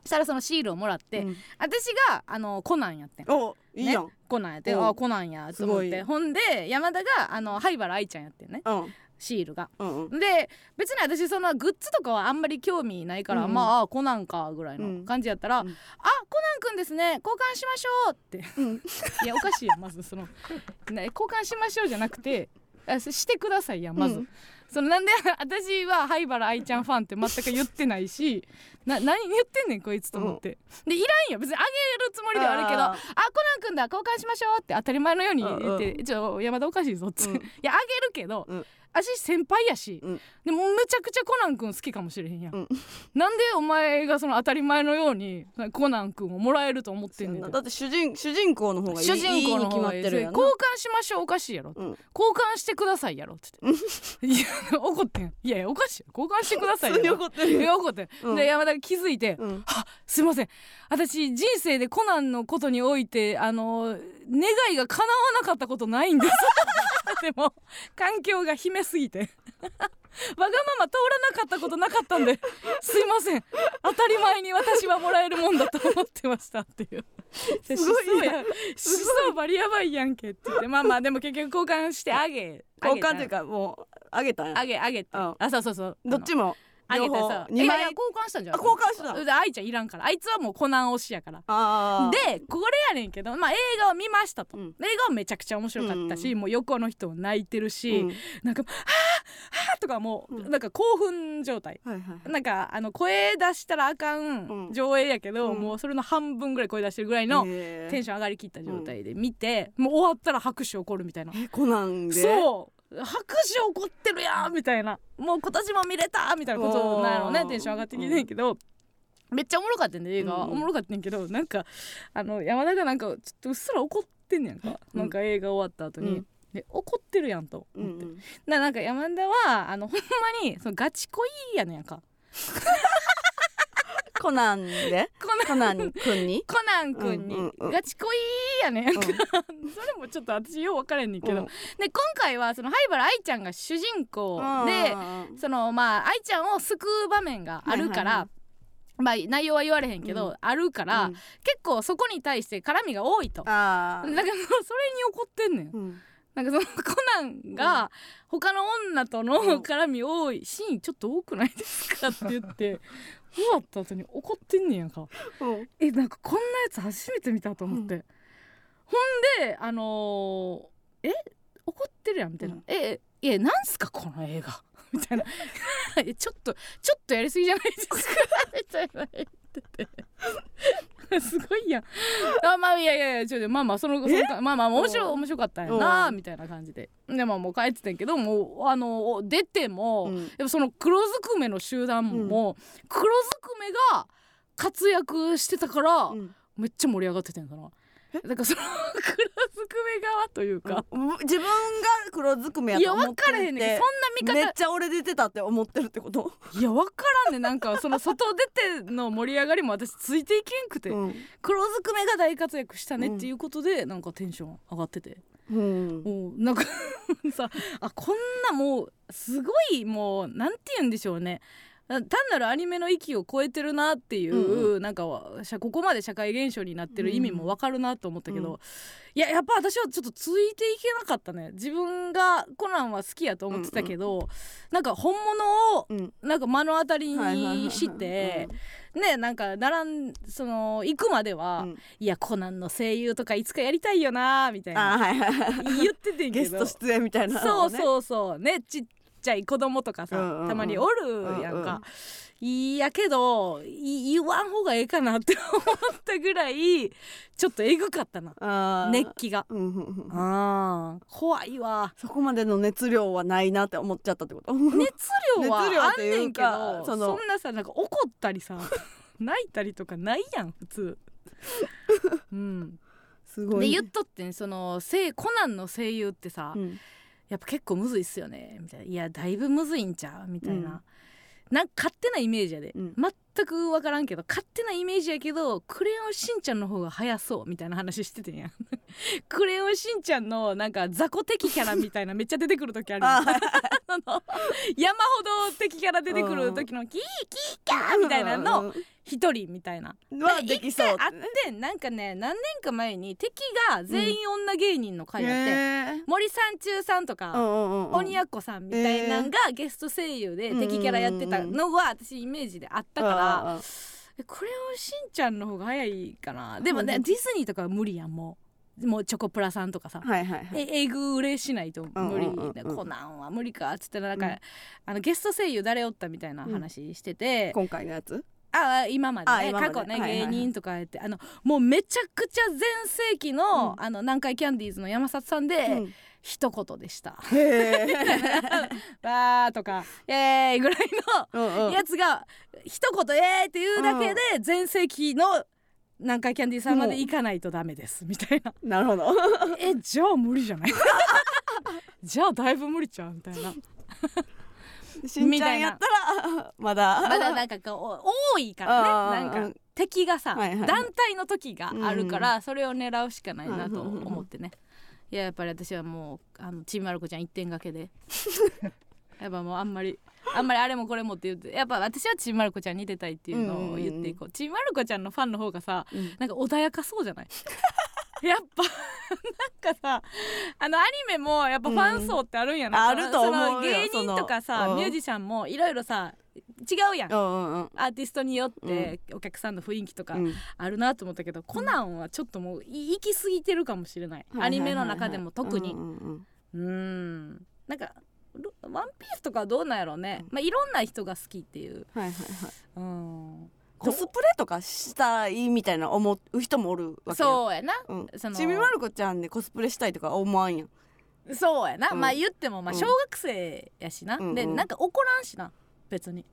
Speaker 2: したらそのシールをもらって
Speaker 1: うん
Speaker 2: 私があのコナンやってん
Speaker 1: おいいやん
Speaker 2: コナンやって
Speaker 1: うん
Speaker 2: あコナンやと思っ
Speaker 1: すごい
Speaker 2: てほんで山田があの灰原愛ちゃんやってんね
Speaker 1: うん
Speaker 2: シールが。
Speaker 1: うんうん
Speaker 2: で別に私そのグッズとかはあんまり興味ないから、
Speaker 1: うん
Speaker 2: まああコナンかぐらいの感じやったら「
Speaker 1: うんうん
Speaker 2: あコナンくんですね交換しましょう」って
Speaker 1: うん
Speaker 2: いやおかしいやんまずその、ね、交換しましょうじゃなくてあししてくださいやんまず、
Speaker 1: うん
Speaker 2: そのなんで私は灰原愛ちゃんファンって全く言ってないしな何言ってんねんこいつと思って、でいらんよ別にあげるつもりではあるけど
Speaker 1: あー
Speaker 2: あコナンくんだ交換しましょうって当たり前のように言って、
Speaker 1: う
Speaker 2: ちょ山田おかしいぞっつって、
Speaker 1: うん
Speaker 2: いやあげるけど、
Speaker 1: うん
Speaker 2: 私先輩やし、
Speaker 1: うん
Speaker 2: でもめちゃくちゃコナンくん好きかもしれへんやん、
Speaker 1: うん
Speaker 2: なんでお前がその当たり前のようにコナンくんをもらえると思ってんねん
Speaker 1: だって主人主人公の方がいい
Speaker 2: 主人公の方が
Speaker 1: い
Speaker 2: い
Speaker 1: い
Speaker 2: い
Speaker 1: に決まってるやんな
Speaker 2: 交換しましょうおかしいやろ、
Speaker 1: うん
Speaker 2: 交換してくださいやろって言って いや怒ってんいやいやおかしい交換してください
Speaker 1: 普通に
Speaker 2: や
Speaker 1: 怒
Speaker 2: ろ
Speaker 1: ってる
Speaker 2: い
Speaker 1: よ
Speaker 2: や怒ってん、
Speaker 1: うん
Speaker 2: で山田が気づいて、
Speaker 1: うん
Speaker 2: はすいません私人生でコナンのことにおいてあの願いが叶わなかったことないんです でも環境が姫すぎてわがまま通らなかったことなかったんですいません当たり前に私はもらえるもんだと思ってましたっていう。す
Speaker 1: ごいな
Speaker 2: や思想バリやばいやんけって言ってまあまあでも結局交換してあげ
Speaker 1: 交換という
Speaker 2: か
Speaker 1: かもうあげたんや
Speaker 2: あげあげって
Speaker 1: うん
Speaker 2: あそうそうそう
Speaker 1: どっちも
Speaker 2: あのあげたさ
Speaker 1: 両方二枚
Speaker 2: いやいや交換したんじゃん
Speaker 1: あ交換した
Speaker 2: た愛ちゃんいらんからあいつはもうコナン推しやから
Speaker 1: ああ
Speaker 2: でこれやねんけど、まあ、映画を見ましたと、
Speaker 1: うん
Speaker 2: 映画はめちゃくちゃ面白かったし、
Speaker 1: う
Speaker 2: もう横の人も泣いてるし、
Speaker 1: うん
Speaker 2: なんか「はあはあ」とかもう、
Speaker 1: うん
Speaker 2: なんか興奮状態
Speaker 1: はいはい
Speaker 2: なんかあの声出したらあか
Speaker 1: うんん
Speaker 2: 上映やけど、
Speaker 1: うん
Speaker 2: もうそれの半分ぐらい声出してるぐらいの
Speaker 1: へー
Speaker 2: テンション上がりきった状態で見て、もう終わったら拍手起こるみたいな
Speaker 1: えコナンで
Speaker 2: そう拍手起こってるやんみたいなもう今年も見れたみたいなことなんやろう
Speaker 1: お
Speaker 2: ね
Speaker 1: ー
Speaker 2: テンション上がってきてんねんけど、めっちゃおもろかったんで映画は、
Speaker 1: うん
Speaker 2: おもろかったんやけどなんかあの山田がなんかちょっとうっすら怒ってんねやんか、
Speaker 1: うん
Speaker 2: なんか映画終わった後に、
Speaker 1: うん
Speaker 2: で怒ってるやんと
Speaker 1: う
Speaker 2: 思って、
Speaker 1: ん
Speaker 2: ななんか山田はあのほんまにそのガチ恋やねんやんか
Speaker 1: コナンで
Speaker 2: コ
Speaker 1: コナンくん に
Speaker 2: コナン君に
Speaker 1: うんうんうん
Speaker 2: ガチ恋やねんやんか、それもちょっと私よう分からへんねんけど、
Speaker 1: うん
Speaker 2: で今回はその灰原愛ちゃんが主人公で、
Speaker 1: うん
Speaker 2: そのまあ愛ちゃんを救う場面があるから、
Speaker 1: はいはいは
Speaker 2: まあ内容は言われへんけど、
Speaker 1: うん
Speaker 2: あるから、
Speaker 1: うん
Speaker 2: 結構そこに対して絡みが多いと。だ
Speaker 1: ああ
Speaker 2: からもうそれに怒ってんねん。
Speaker 1: うん
Speaker 2: なんかそのコナンが他の女との
Speaker 1: うん
Speaker 2: 絡み多いシーンちょっと多くないですかって言って終わった後に怒ってんねんやんか。
Speaker 1: うん
Speaker 2: えなんかこんなやつ初めて見たと思って、ほんであのーえ怒ってるやんみたいな「
Speaker 1: うん
Speaker 2: えいやなんすかこの映画」みたいなえちょっとちょっとやりすぎじゃないですかみたいな言ってて すごいやんあまあいやいやいやちょっとまあまあそのそのまあまあ面白い
Speaker 1: うん
Speaker 2: 面白かったんやな
Speaker 1: うん
Speaker 2: みたいな感じででまあもう帰ってたんやけどもうあの出ても、
Speaker 1: うん
Speaker 2: やっぱその黒ずくめの集団も、黒ずくめが活躍してたから、
Speaker 1: うん
Speaker 2: めっちゃ盛り上がってたんかなだからその黒ずくめ側というか、
Speaker 1: うん自分が黒ずくめや
Speaker 2: いや
Speaker 1: と思
Speaker 2: 分
Speaker 1: っ
Speaker 2: か
Speaker 1: て
Speaker 2: ら
Speaker 1: る
Speaker 2: へ
Speaker 1: っ
Speaker 2: んねん
Speaker 1: て
Speaker 2: そんな見
Speaker 1: めっ
Speaker 2: 方
Speaker 1: ちゃ俺出てたって思ってるってこと、
Speaker 2: いや分からんねなんかその外出ての盛り上がりも私ついていけんくて、
Speaker 1: うん
Speaker 2: 黒ずくめが大活躍したね
Speaker 1: うん
Speaker 2: っていうことで、なんかテンション上がってて、
Speaker 1: うん
Speaker 2: もうなんか さあこんなもうすごいもうなんて言うんでしょうね単なるアニメの域を超えてるなっていう、
Speaker 1: うん
Speaker 2: なんかわしゃここまで社会現象になってる意味もわかるなと思ったけど、
Speaker 1: うん
Speaker 2: いややっぱ私はちょっとついていけなかったね自分がコナンは好きやと思ってたけど、なんか本物を
Speaker 1: うん
Speaker 2: なんか目の当たり
Speaker 1: はいはいはいは
Speaker 2: に
Speaker 1: い
Speaker 2: してねなんか並んその行くまでは、
Speaker 1: うん
Speaker 2: いやコナンの声優とかいつかやりたいよなみたい
Speaker 1: あ
Speaker 2: な
Speaker 1: ーはいはい はい
Speaker 2: 言っててんけど
Speaker 1: ゲスト出演みたいな
Speaker 2: そう
Speaker 1: う
Speaker 2: そうそうねちっちゃい子供とかさ、
Speaker 1: うんうんうん
Speaker 2: たまにおるやんか、いやけどい言わん方がええかなって思ったぐらいちょっとえぐかったな
Speaker 1: あー
Speaker 2: 熱気が。
Speaker 1: うんうんうん
Speaker 2: あー怖いわ
Speaker 1: そこまでの熱量はないなって思っちゃったってこと、
Speaker 2: 熱量は
Speaker 1: 熱量
Speaker 2: あん
Speaker 1: と
Speaker 2: ね
Speaker 1: いうん
Speaker 2: け
Speaker 1: か
Speaker 2: どそ
Speaker 1: その
Speaker 2: んなさなんか怒った りさ泣いたりとかないやん普通。うん、
Speaker 1: すご
Speaker 2: で
Speaker 1: い
Speaker 2: 言っとってんその声コナンの声優ってさ、
Speaker 1: うん
Speaker 2: やっぱ結構むずいっすよねみたいないやだいぶむずいんちゃうみたいな、
Speaker 1: うん
Speaker 2: なんか勝手なイメージやで、
Speaker 1: うん
Speaker 2: 全く分からんけど勝手なイメージやけどクレヨンしんちゃんの方が早そうみたいな話しててんや んクレヨンしんちゃんのなんか雑魚的キャラみたいなめっちゃ出てくる時あるやん
Speaker 1: あー
Speaker 2: あの山ほど敵キャラ出てくる時のキーキーキャーみたいなの
Speaker 1: うん
Speaker 2: 一人みたいな
Speaker 1: はできそう
Speaker 2: あってなんかね何年か前に敵が全員女芸人の会やって、
Speaker 1: へー
Speaker 2: 森三中さんとか、鬼
Speaker 1: っ
Speaker 2: 奴さんみたいなんがゲスト声優で敵キャラやってたのは私イメージであったから、えこれをしんちゃんの方が早いかなでもね、
Speaker 1: うん
Speaker 2: ディズニーとかは無理やんもうもうチョコプラさんとかさ、
Speaker 1: はいはいはい
Speaker 2: ええぐうれしないと無理、
Speaker 1: うんうんうんうん
Speaker 2: コナンは無理かっつってなんか、
Speaker 1: うん
Speaker 2: あのゲスト声優誰おったみたいな話してて、
Speaker 1: 今回のやつ
Speaker 2: ああ今までね
Speaker 1: あ今まで
Speaker 2: 過去ね、
Speaker 1: はいはいはい
Speaker 2: 芸人とかやってあのもうめちゃくちゃ全盛期の、
Speaker 1: うん
Speaker 2: あの南海キャンディーズの山里さんで、
Speaker 1: うん
Speaker 2: 一言でした。
Speaker 1: へ
Speaker 2: わーとか「イエーイ!」ぐらいの
Speaker 1: ー
Speaker 2: やつが一言「イエーイ!」っていうだけで全盛期の南海キャンディーさんまで行かないとダメですみたいな
Speaker 1: なるほど
Speaker 2: 「えじゃあ無理じゃない? 」 じゃあだいぶ無理ちゃうみたいな
Speaker 1: しんちゃんやったらまだ
Speaker 2: まだなんかこうお多いからね
Speaker 1: あー
Speaker 2: な
Speaker 1: うんん
Speaker 2: か敵がさ、
Speaker 1: はいはい
Speaker 2: 団体の時があるから、それを狙うしかないなと思ってね、いややっぱり私はもうあのちびまる子ちゃん一点掛けで やっぱもうあんまりあんまりあれもこれもって言ってやっぱ私はちびまる子ちゃんに出たいっていうのを言っていこう,、ちびまる子ちゃんのファンの方がさ
Speaker 1: うん
Speaker 2: なんか穏やかそうじゃない やっぱなんかさあのアニメもやっぱファン層ってあるんやな、
Speaker 1: うんあると思うよ
Speaker 2: その芸人とかさ
Speaker 1: そのうん
Speaker 2: ミュージシャンもいろいろさ違うやん
Speaker 1: うんうんうん
Speaker 2: アーティストによってお客さんの雰囲気とか
Speaker 1: うん
Speaker 2: あるなと思ったけど、コナンはちょっともうい行き過ぎてるかもしれない、アニメの中でも特に
Speaker 1: う
Speaker 2: うんん,、
Speaker 1: うんうん
Speaker 2: なんかロ「ワンピースとかはどうなんやろうね、まあ、いろんな人が好きっていう、
Speaker 1: はいはいはい
Speaker 2: うん、
Speaker 1: コスプレとかしたいみたいな思う人もおるわけう
Speaker 2: そうやなその
Speaker 1: ちびまる子ちゃんでコスプレしたいとか思わんやん
Speaker 2: そうやな、
Speaker 1: うん
Speaker 2: まあ言ってもまあ
Speaker 1: うん
Speaker 2: 小学生やしな、
Speaker 1: うんうん
Speaker 2: でなんか怒らんしな別に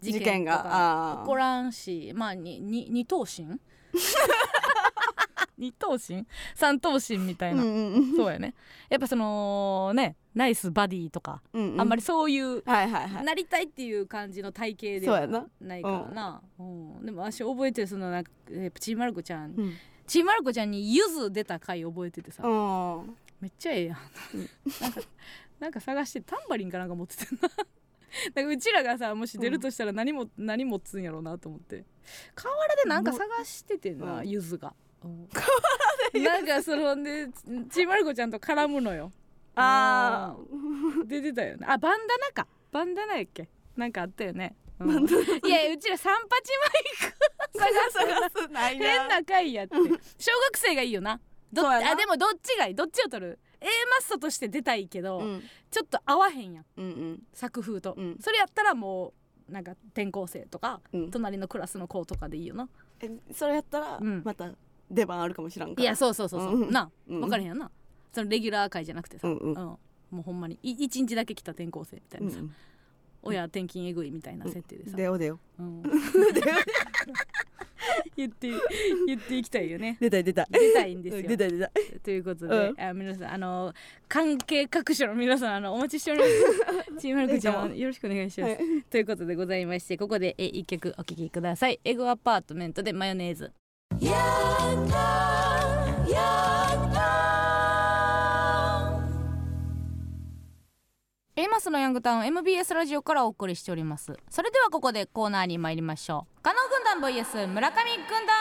Speaker 1: 事件
Speaker 2: とか
Speaker 1: があー
Speaker 2: 怒らんしまあにに二等身 二等身三等身みたいな、 そうやねやっぱそのねナイスバディとか、あ
Speaker 1: あ
Speaker 2: んまりそういう
Speaker 1: はいはいはい
Speaker 2: なりたいっていう感じの体型で
Speaker 1: そうや
Speaker 2: は
Speaker 1: な
Speaker 2: ないからな、うんでも私覚えてるそのなんかえーちびまる子ちゃん、
Speaker 1: うん
Speaker 2: ちびまる子ちゃんにゆず出た回覚えててさ、
Speaker 1: うん
Speaker 2: めっちゃええやんなんかなんか探してタンバリンかなんか持 ってたななんかうちらがさもし出るとしたら何も、何持つんやろうなと思って河原でなんか探しててんな
Speaker 1: うん
Speaker 2: ゆずが。うんなんかそのでちびまる子ちゃんと絡むのよ
Speaker 1: ああ
Speaker 2: 出てたよねあバンダナかバンダナやっけなんかあったよね、うん、いやうちら三八マイク探す
Speaker 1: 探すないな
Speaker 2: 変な回やって小学生がいいよなどっ
Speaker 1: そうやな
Speaker 2: あでもどっちがいいどっちを取る A マッソとして出たいけど、
Speaker 1: うん
Speaker 2: ちょっと合わへんやん
Speaker 1: うん
Speaker 2: 作風と、
Speaker 1: うん
Speaker 2: それやったらもうなんか転校生とか、
Speaker 1: うん
Speaker 2: 隣のクラスの子とかでいいよな
Speaker 1: えそれやったら
Speaker 2: うん
Speaker 1: また出番あるかもしらんか
Speaker 2: い
Speaker 1: ら
Speaker 2: やそうそうそうそう、
Speaker 1: うん
Speaker 2: な
Speaker 1: うん
Speaker 2: 分からへんやんなそのレギュラー会じゃなくてさ、
Speaker 1: うんうん
Speaker 2: もうほんまにい一日だけ来た転校生みたいなさ、
Speaker 1: うん
Speaker 2: 親転勤えぐいみたいな設定でさ、
Speaker 1: 出よう出よう
Speaker 2: うん、 言って言っていきたいよね
Speaker 1: 出たい出たい
Speaker 2: 出たいんですよ
Speaker 1: 出たい出たい
Speaker 2: ということで、
Speaker 1: うん
Speaker 2: あ皆さんあの関係各所の皆さんあのお待ちしており ますチームマルクちゃんよろしくお願いします、
Speaker 1: はい
Speaker 2: ということでございましてここでえ一曲お聴きくださいエゴアパートメントでマヨネーズエリマスのヤングタウン MBS ラジオからお送りしておりますそれではここでコーナーに参りましょう加納軍団 VS 村上軍団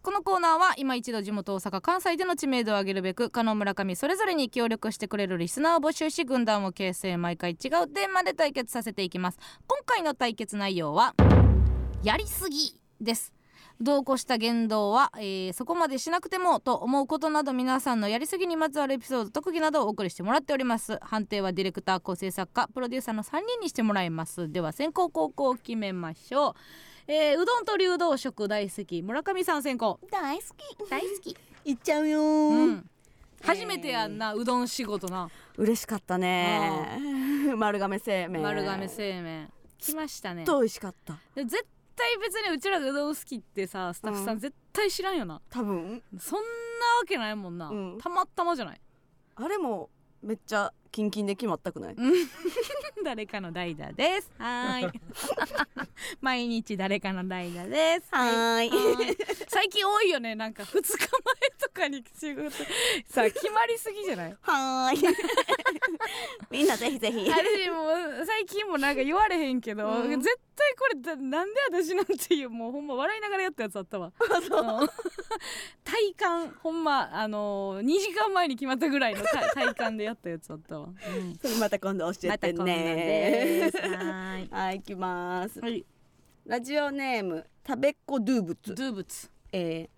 Speaker 2: このコーナーは今一度地元大阪関西での知名度を上げるべく加納村上それぞれに協力してくれるリスナーを募集し軍団を形成毎回違うテーマで対決させていきます今回の対決内容はやりすぎです同行した言動は、えーそこまでしなくてもと思うことなど皆さんのやりすぎにまつわるエピソード特技などをお送りしてもらっております判定はディレクター構成作家プロデューサーの3人にしてもらいますでは先行後攻を決めましょう、えーうどんと流動食大好き村上さん先行
Speaker 1: 大好き
Speaker 2: 大好き、
Speaker 1: いっちゃうよ
Speaker 2: う
Speaker 1: ー
Speaker 2: ん、初めてやんな、うどん仕事な
Speaker 1: 嬉しかったね丸亀製麺
Speaker 2: 丸亀製麺来ましたね
Speaker 1: ちょっと美味しかった
Speaker 2: で絶対別にうちらがうどん好きってさスタッフさ
Speaker 1: うん
Speaker 2: ん絶対知らんよな、
Speaker 1: 多分
Speaker 2: そんなわけないもんな、
Speaker 1: うん
Speaker 2: たまたまじゃない
Speaker 1: あれもめっちゃキンキンで決まったくない
Speaker 2: 誰かの代打ですは ーい毎日誰かの代打です
Speaker 1: はーい
Speaker 2: はーい最近多いよねなんか2日前とかに仕事さ決まりすぎじゃない
Speaker 1: はーい みんなぜひぜひ
Speaker 2: あれもう最近もなんか言われへんけど、
Speaker 1: うん
Speaker 2: 絶対これだなんで私なんていうもうほんま笑いながらやったやつあったわうん体感ほんまあのー、2時間前に決まったぐらいの 体体感でやったやつあったわ、うん
Speaker 1: それまた今度教え
Speaker 2: また
Speaker 1: て
Speaker 2: こんなんで
Speaker 1: ね
Speaker 2: すはーい
Speaker 1: はい行きます
Speaker 2: はい
Speaker 1: ラジオネーム食べっ子ドゥーブツ
Speaker 2: ドゥーブツ
Speaker 1: え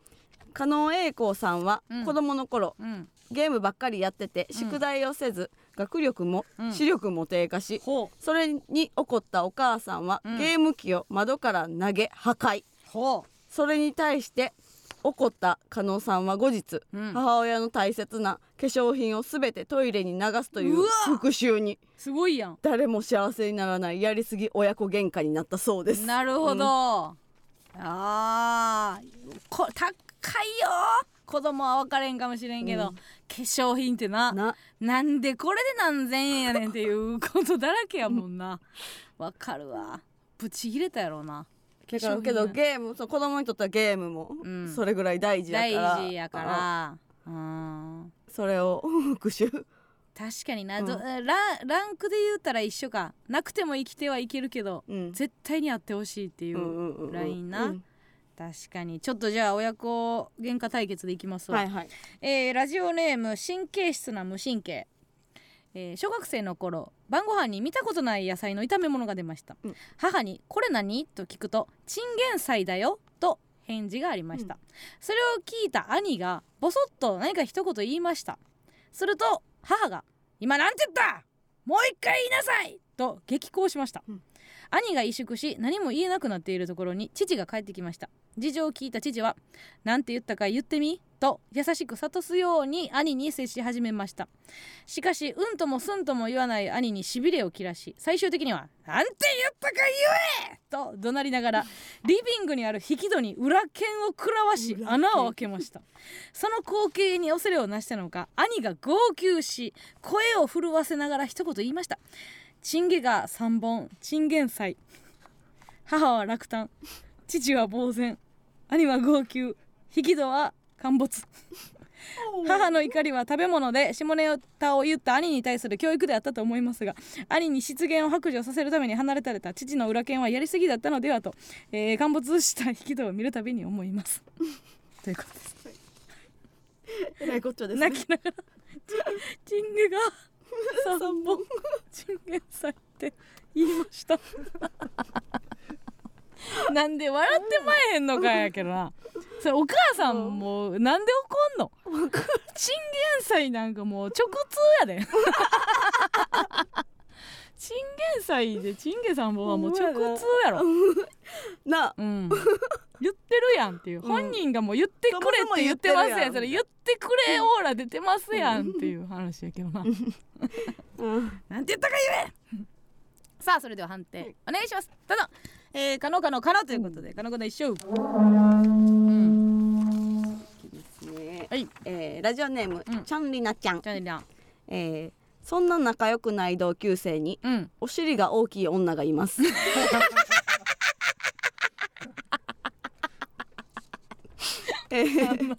Speaker 1: ー、加納栄光さんは
Speaker 2: うん
Speaker 1: 子供の頃、
Speaker 2: うん
Speaker 1: ゲームばっかりやってて
Speaker 2: ん
Speaker 1: 宿題をせず、学力も
Speaker 2: うん
Speaker 1: 視力も低下し、
Speaker 2: ほ
Speaker 1: それに怒ったお母さんは、
Speaker 2: うん
Speaker 1: ゲーム機を窓から投げ破壊
Speaker 2: うほ
Speaker 1: それに対して怒った加納さんは後日、
Speaker 2: う、うん、
Speaker 1: 母親の大切な化粧品をすべてトイレに流すという
Speaker 2: うわ
Speaker 1: 復讐に
Speaker 2: すごいやん
Speaker 1: 誰も幸せにならないやりすぎ親子喧嘩になったそうです
Speaker 2: なるほど、ああーこ高いよ子供は分かれんかもしれんけど、
Speaker 1: うん
Speaker 2: 化粧品ってなな
Speaker 1: な、
Speaker 2: んでこれで何千円やねんっていうことだらけやもんな わかるわぶち切れたやろうな
Speaker 1: けどけどゲームそう子供にとってはゲームも
Speaker 2: うん
Speaker 1: それぐらい大事やか
Speaker 2: 大
Speaker 1: ら,、
Speaker 2: 事やからうん
Speaker 1: それを 復讐
Speaker 2: 確かにな、
Speaker 1: うん
Speaker 2: どラランクで言うたら一緒かなくても生きてはいけるけど、
Speaker 1: うん
Speaker 2: 絶対にあってほしいってい
Speaker 1: うんう
Speaker 2: う、
Speaker 1: んうんうん
Speaker 2: ラインな
Speaker 1: うん
Speaker 2: 確かにちょっとじゃあ親子喧嘩対決でいきますわ、
Speaker 1: はいはい
Speaker 2: えーラジオネーム神経質な無神経、えー小学生の頃晩ご飯に見たことない野菜の炒め物が出ました、
Speaker 1: うん
Speaker 2: 母に「これ何?」と聞くと「チンゲン菜だよ」と返事がありました、それを聞いた兄がボソッと何か一言言いましたすると母が「今なんて言ったもう一回言いなさい!」と激高しました、
Speaker 1: うん
Speaker 2: 兄が萎縮し何も言えなくなっているところに父が帰ってきました事情を聞いた父は「なんて言ったか言ってみ」と優しく諭すように兄に接し始めましたしかしうんともすんとも言わない兄にしびれを切らし最終的には「なんて言ったか言え!」と怒鳴りながらリビングにある引き戸に裏剣を食らわし
Speaker 1: 裏剣
Speaker 2: 穴を開けましたその光景に恐れをなしたのか兄が号泣し声を震わせながら一言言いました「チンゲが3本チンゲン菜」母は落胆父は呆然兄は号泣引き戸は陥没母の怒りは食べ物で下ネタを言った兄に対する教育であったと思いますが兄に失言を白状させるために離れられた父の裏剣はやりすぎだったのではと、えー、陥没した引き戸を見るたびに思いますということです
Speaker 1: えらいこっちゃですね
Speaker 2: 泣きながらチングが3本チンゲンさって言いましたなんで笑ってまえへんのかやけどなそれお母さんもうなんで怒んのチンゲン菜なんかもう直通やでチンゲン菜でチンゲンさんはもう直通やろ、
Speaker 1: なあ
Speaker 2: うん、 言ってるやんっていう、
Speaker 1: うん
Speaker 2: 本人がもう言ってくれって言ってますやんそれ言ってくれオーラ出てますやんっていう話やけどな、
Speaker 1: うんなんて言ったか言え
Speaker 2: さあそれでは判定お願いしますどうぞえー、可能可能可能ということで可能可能一緒うん
Speaker 1: ですね
Speaker 2: はい
Speaker 1: えーラジオネーム、
Speaker 2: うん
Speaker 1: ちゃんりなちゃん
Speaker 2: チ、ャンネルだ
Speaker 1: えーそんな仲良くない同級生に
Speaker 2: うん
Speaker 1: お尻が大きい女がいますえー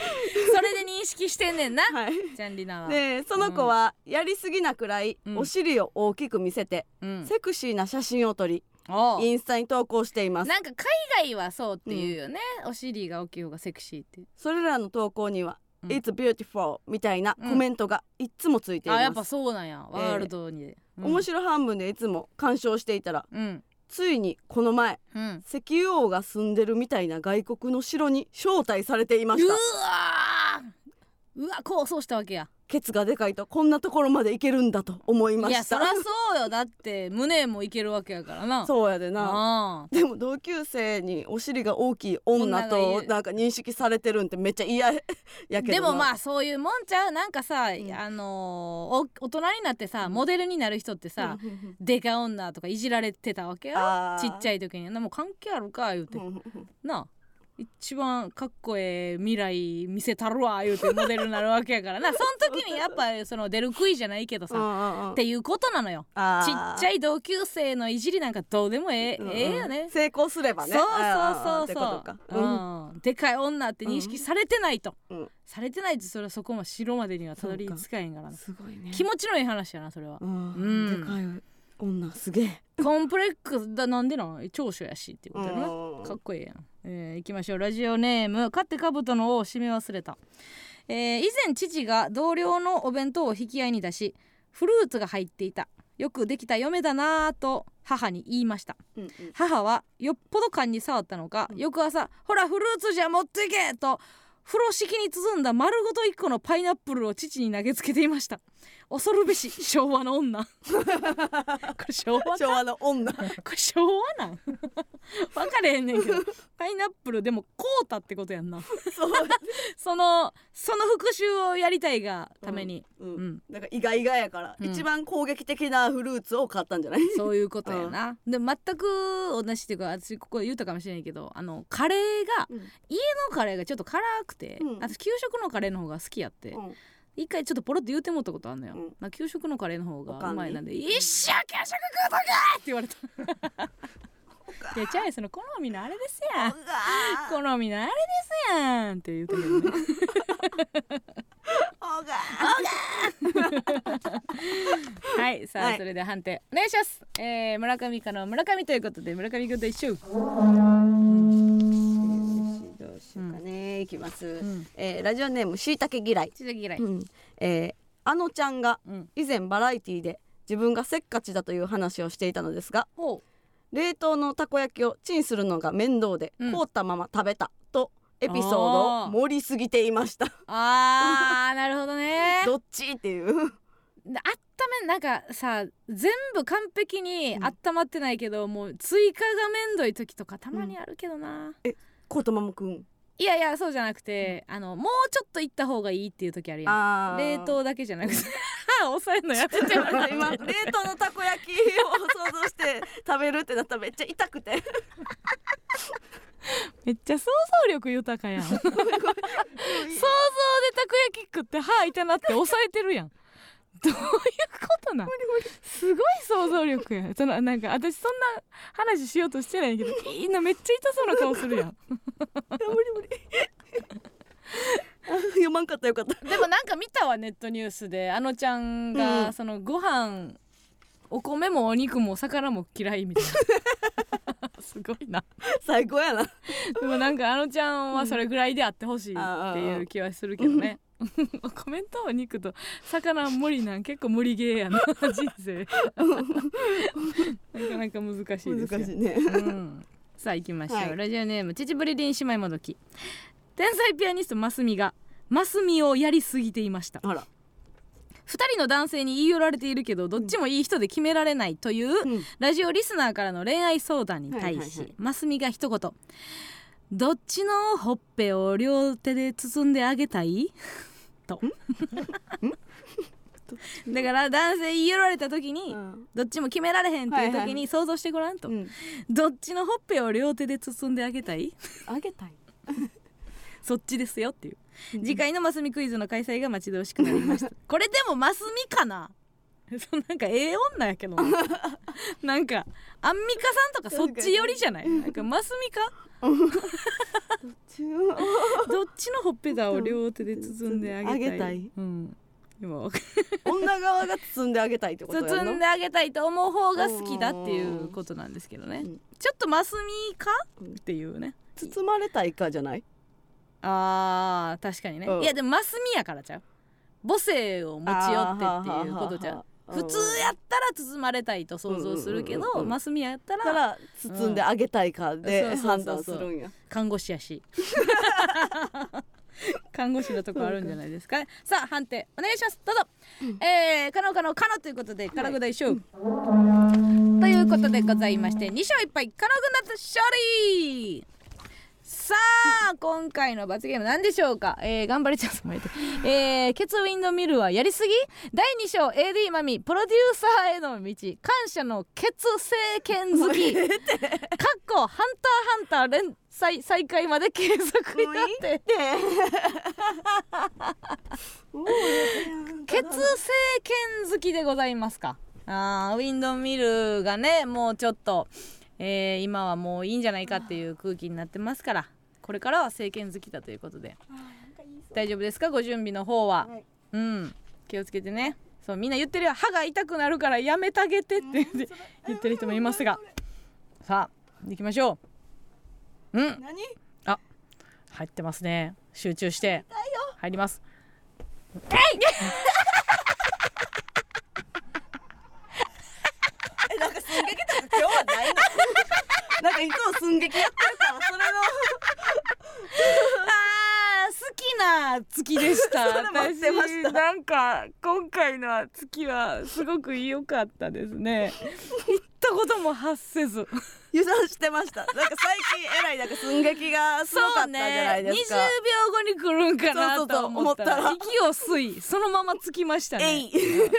Speaker 2: それで認識してんねんな
Speaker 1: はい
Speaker 2: チャンリナは、
Speaker 1: でその子はやりすぎなくらい
Speaker 2: うん
Speaker 1: お尻を大きく見せて、
Speaker 2: うん
Speaker 1: セクシーな写真を撮り
Speaker 2: おう
Speaker 1: インスタに投稿しています
Speaker 2: なんか海外はそうっていうよね、お尻が大きい方がセクシーって
Speaker 1: それらの投稿には「
Speaker 2: うん
Speaker 1: It's beautiful」みたいな
Speaker 2: うん
Speaker 1: コメントがいつもついてい
Speaker 2: あやっ
Speaker 1: ま
Speaker 2: ぱ
Speaker 1: す、
Speaker 2: そうなんやワールドに、うん
Speaker 1: 面白半分でいつも鑑賞していたら
Speaker 2: うん
Speaker 1: ついにこの前
Speaker 2: うん
Speaker 1: 石油王が住んでるみたいな外国の城に招待されていまし
Speaker 2: う
Speaker 1: た
Speaker 2: わーうわこうそうしたわけや
Speaker 1: ケツがでかいとこんなところまで行けるんだと思いま
Speaker 2: いや
Speaker 1: し
Speaker 2: そ
Speaker 1: た
Speaker 2: らそうよだって胸もいけるわけやからなう
Speaker 1: そうやでな
Speaker 2: あ
Speaker 1: でも同級生にお尻が大きい女
Speaker 2: 女が
Speaker 1: と
Speaker 2: いる
Speaker 1: なんか認識されてるんってめっちゃ嫌やけどな
Speaker 2: でもまあそういうもんちゃうなんかさ、
Speaker 1: ん
Speaker 2: あのーお大人になってさモデルになる人ってさ、
Speaker 1: うんうん
Speaker 2: でか女とかいじられてたわけ
Speaker 1: あ
Speaker 2: や
Speaker 1: ー
Speaker 2: ちっちゃい時になもう関係あるか言うて、
Speaker 1: うんうんうん
Speaker 2: なあ一番かっこええ未来見せたるわ言うてモデルになるわけやからなその時にやっぱその出る杭じゃないけど
Speaker 1: うん
Speaker 2: さ、
Speaker 1: うんうん
Speaker 2: っていうことなのよ
Speaker 1: あ
Speaker 2: ち
Speaker 1: ー
Speaker 2: っちゃい同級生のいじりなんかどうでもええ、
Speaker 1: うんうん
Speaker 2: ええよね
Speaker 1: 成功すればね
Speaker 2: そう
Speaker 1: あー
Speaker 2: そ
Speaker 1: っ
Speaker 2: う
Speaker 1: て
Speaker 2: そう
Speaker 1: こ
Speaker 2: そ
Speaker 1: と
Speaker 2: う
Speaker 1: か
Speaker 2: うん、でかい女って認識されてないと、
Speaker 1: うん
Speaker 2: されてないとそれはそこも城までにはたどり着かへんから
Speaker 1: うん
Speaker 2: な
Speaker 1: すごいね
Speaker 2: 気持ちのいい話やなそれは
Speaker 1: う、
Speaker 2: うん
Speaker 1: んでかい女すげえ
Speaker 2: コンプレックスだなんでなん長所やしっていうことやろな、
Speaker 1: うん
Speaker 2: かっこいいやん、えー、行きましょうラジオネーム「勝ってかぶとの王を締め忘れた」えー以前父が同僚のお弁当を引き合いに出しフルーツが入っていたよくできた嫁だなぁと母に言いました
Speaker 1: うんうん
Speaker 2: 母はよっぽど勘に触ったのか翌朝「ほらフルーツじゃ持っていけ!」と風呂敷に包んだ丸ごと1個のパイナップルを父に投げつけていました恐るべし昭和の女これ昭和
Speaker 1: 昭和の 女
Speaker 2: これ昭和なん 分かれへんねんけどパイナップルでもこうたってことやんな
Speaker 1: そう
Speaker 2: そのその復讐をやりたいがために、
Speaker 1: う
Speaker 2: うん
Speaker 1: んなんか意外がやから
Speaker 2: うん
Speaker 1: 一番攻撃的なフルーツを買ったんじゃない
Speaker 2: そういうことやな、で全く同じっていうか私ここで言ったかもしれないけどあのカレーが
Speaker 1: うん
Speaker 2: のカレーがちょっと辛くて、
Speaker 1: うん
Speaker 2: あと給食のカレーの方が好きやって、
Speaker 1: うん
Speaker 2: 一回ちょっとポロって言うてもったことあんのよ、
Speaker 1: うん
Speaker 2: まあ、給食のカレーの方がうまいなんで「
Speaker 1: おかんに
Speaker 2: 一生給食食うとけ!」って言われた いやチャイその好みのあれですやん
Speaker 1: うわ
Speaker 2: 好みのあれですやんって言うて けどね
Speaker 1: ーおが
Speaker 2: はいさあ、
Speaker 1: はい
Speaker 2: それでは判定お願いしますえー、村上かの村上ということで村上君と一緒
Speaker 1: ーどうしようかねいきます
Speaker 2: うん
Speaker 1: えーラジオネームしいたけ嫌い
Speaker 2: ちょっと嫌い
Speaker 1: うんえーあのちゃんが
Speaker 2: うん
Speaker 1: 以前バラエティで自分がせっかちだという話をしていたのですが
Speaker 2: ほ
Speaker 1: 冷凍のたこ焼きをチンするのが面倒で、
Speaker 2: うん
Speaker 1: 凍ったまま食べたとエピソードを
Speaker 2: あー
Speaker 1: 盛りすぎていました
Speaker 2: う あーなるほどね
Speaker 1: どっちっていう
Speaker 2: であっためなんかさ全部完璧に
Speaker 1: うん
Speaker 2: あったまってないけど、もう追加がめんどい時とかたまにあるけどな、
Speaker 1: コートマムくん
Speaker 2: いやいやそうじゃなくて、あのもうちょっと行った方がいいっていう時あるやん
Speaker 1: あー
Speaker 2: 冷凍だけじゃなくて 抑えるのやめてもらって
Speaker 1: 今冷凍のたこ焼きを想像して食べるってなったらめっちゃ痛くて
Speaker 2: めっちゃ想像力豊 かやん想像でたこ焼き食って歯痛なって抑えてるやんどういうことなんすごい想像力やんそのなんか私そんな話しようとしてないけ どいいなめっちゃ痛そうな顔するやん
Speaker 1: 無理無理 読まんかったよ かった
Speaker 2: でもなんか見たわネットニュースであのちゃんが、
Speaker 1: うん
Speaker 2: そのご飯お米もお肉もお魚も嫌いみたいな すごいな
Speaker 1: 最高やな
Speaker 2: でもなんかあのちゃんはそれぐらいであってほしいっていう気はするけどね コメントお肉と魚無理なん結構無理ゲーやな 人生なかなか難しいですよ
Speaker 1: 難しいね
Speaker 2: うんさあ行きましょう、
Speaker 1: はい
Speaker 2: ラジオネームチチブリリン姉妹もどき天才ピアニストマスミがマスミをやりすぎていました
Speaker 1: あら、
Speaker 2: 2人の男性に言い寄られているけどどっちもいい人で決められないという、
Speaker 1: うん、
Speaker 2: ラジオリスナーからの恋愛相談に対
Speaker 1: はいはいは
Speaker 2: し
Speaker 1: い
Speaker 2: マスミが一言「どっちのほっぺを両手で包んであげたい? と」だから男性言い寄られた時に、
Speaker 1: うん
Speaker 2: どっちも決められへんってい
Speaker 1: はい
Speaker 2: う時
Speaker 1: は
Speaker 2: に想像してごらんと、
Speaker 1: うん、
Speaker 2: どっちのほっぺを両手で包んであげたい
Speaker 1: あげたい
Speaker 2: そっちですよっていう次回のマスミクイズの開催が待ち遠しくなり ましたこれでもマスミかな そうなんかええ女や けどななんかアンミカさんとかそっち寄りじゃないなんかマスミか
Speaker 1: 中央
Speaker 2: どっちのほっぺたを両手で包んであげたい
Speaker 1: あげたい
Speaker 2: うん、今わかる
Speaker 1: 女側が包んであげたいってことや
Speaker 2: 包ん
Speaker 1: の
Speaker 2: であげたいと思う方が好きだっていうことなんですけどね
Speaker 1: うん
Speaker 2: ちょっとマスミか
Speaker 1: うん
Speaker 2: っていうね
Speaker 1: 包まれたいかじゃない
Speaker 2: あー確かにね、
Speaker 1: うん
Speaker 2: いやでもマスミやからちゃう母性を持ち寄ってっていうことじゃう
Speaker 1: あー
Speaker 2: 普通やったら包まれたいと想像するけ
Speaker 1: う
Speaker 2: ど、
Speaker 1: んうんうんうん
Speaker 2: マスミやった
Speaker 1: からら包んであげたいか
Speaker 2: う
Speaker 1: で
Speaker 2: んそう
Speaker 1: 判
Speaker 2: そ
Speaker 1: 断
Speaker 2: うそ
Speaker 1: す
Speaker 2: うそう
Speaker 1: るんや
Speaker 2: 看護師やし看護師のとこあるんじゃないですかさあ判定お願いしますどうぞ、えー、可能可能可能ということで可能軍団一勝、ということでございまして2勝1敗可能軍団の勝利さあ今回の罰ゲーム何でしょうか、えー、頑張れちゃんさんもいて、えー、ケツウィンドミルはやりすぎ第2章 AD マミプロデューサーへの道感謝のケツ政権好きかっこ「ハンターハンター」連載再開まで継続になって
Speaker 1: で もうね
Speaker 2: 血政権好きでございますかあーウィンドミルがねもうちょっと、えー今はもういいんじゃないかっていう空気になってますからこれからは政権好きだということで大丈夫ですかご準備の方は、
Speaker 1: はい
Speaker 2: うん気をつけてねそうみんな言ってるよ歯が痛くなるからやめてあげてって言って言ってる人もいますがさあ行きましょううん
Speaker 1: 何
Speaker 2: 入ってますね集中して入ります
Speaker 1: えなんか寸劇とか今日はないのなんかいつも寸劇やってるからそれの
Speaker 2: あー好きな月でした
Speaker 1: れ待ってました
Speaker 2: 私なんか今回の月はすごく良かったです ね行ったことも発せず
Speaker 1: 油断してましたなんか最近えらいなんか寸劇がすごかったじゃないですか、
Speaker 2: そうね20秒後に来るんか
Speaker 1: そう
Speaker 2: な
Speaker 1: そうそう
Speaker 2: と思ったら
Speaker 1: 思っ
Speaker 2: 息を吸いそのままつきました
Speaker 1: え
Speaker 2: ね
Speaker 1: い
Speaker 2: 言ってま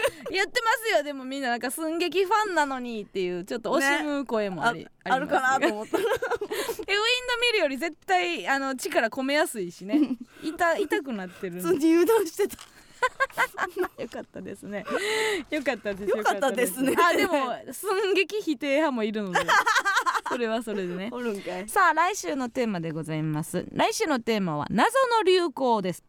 Speaker 2: すよでもみんななんか寸劇ファンなのにっていうちょっと惜しむ声も あ
Speaker 1: あ
Speaker 2: り,、
Speaker 1: あるかなと思ったら
Speaker 2: でウィンドミルより絶対あの力込めやすいし ね痛痛くなってるん
Speaker 1: 普
Speaker 2: で
Speaker 1: 通に油断して た
Speaker 2: よかったですね。よかったです。
Speaker 1: よかったですね
Speaker 2: よかったですあ、でも寸劇否定派もいるので、それはそれでね。
Speaker 1: おるんかい
Speaker 2: さあ来週のテーマでございます。来週のテーマは謎の流行です。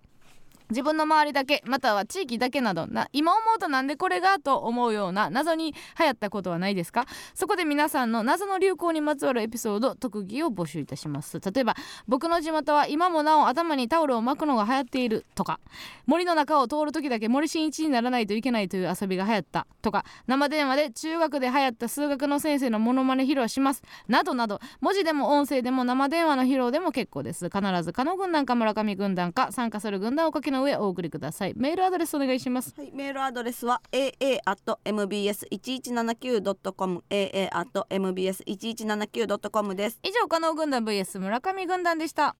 Speaker 2: 自分の周りだけまたは地域だけなどな今思うとなんでこれがと思うような謎に流行ったことはないですかそこで皆さんの謎の流行にまつわるエピソード特技を募集いたします例えば僕の地元は今もなお頭にタオルを巻くのが流行っているとか森の中を通る時だけ森進一にならないといけないという遊びが流行ったとか生電話で中学で流行った数学の先生のモノマネ披露しますなどなど文字でも音声でも生電話の披露でも結構です必ず加野軍団か村上軍団か参加する軍団をお書きの上お送りくださいメールアドレスお願いします
Speaker 1: はい、メールアドレスは aa.mbs1179.com aa.mbs1179.com です。
Speaker 2: 以上加納軍団 vs 村上軍団でした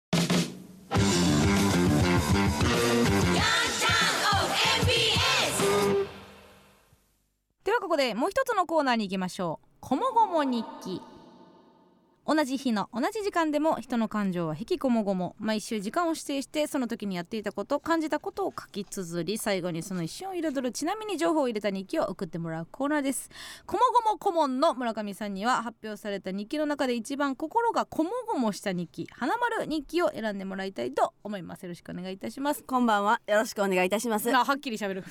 Speaker 2: ではここでもう一つのコーナーに行きましょうこもごも日記同じ日の同じ時間でも人の感情は引きこもごも毎週時間を指定してその時にやっていたこと感じたことを書き綴り最後にその一瞬を彩るちなみに情報を入れた日記を送ってもらうコーナーですこもごも顧問の村上さんには発表された日記の中で一番心がこもごもした日記花丸日記を選んでもらいたいと思いますよろしくお願いいたします
Speaker 1: こんばんは。よろしくお願いいたします。
Speaker 2: あはっきり喋る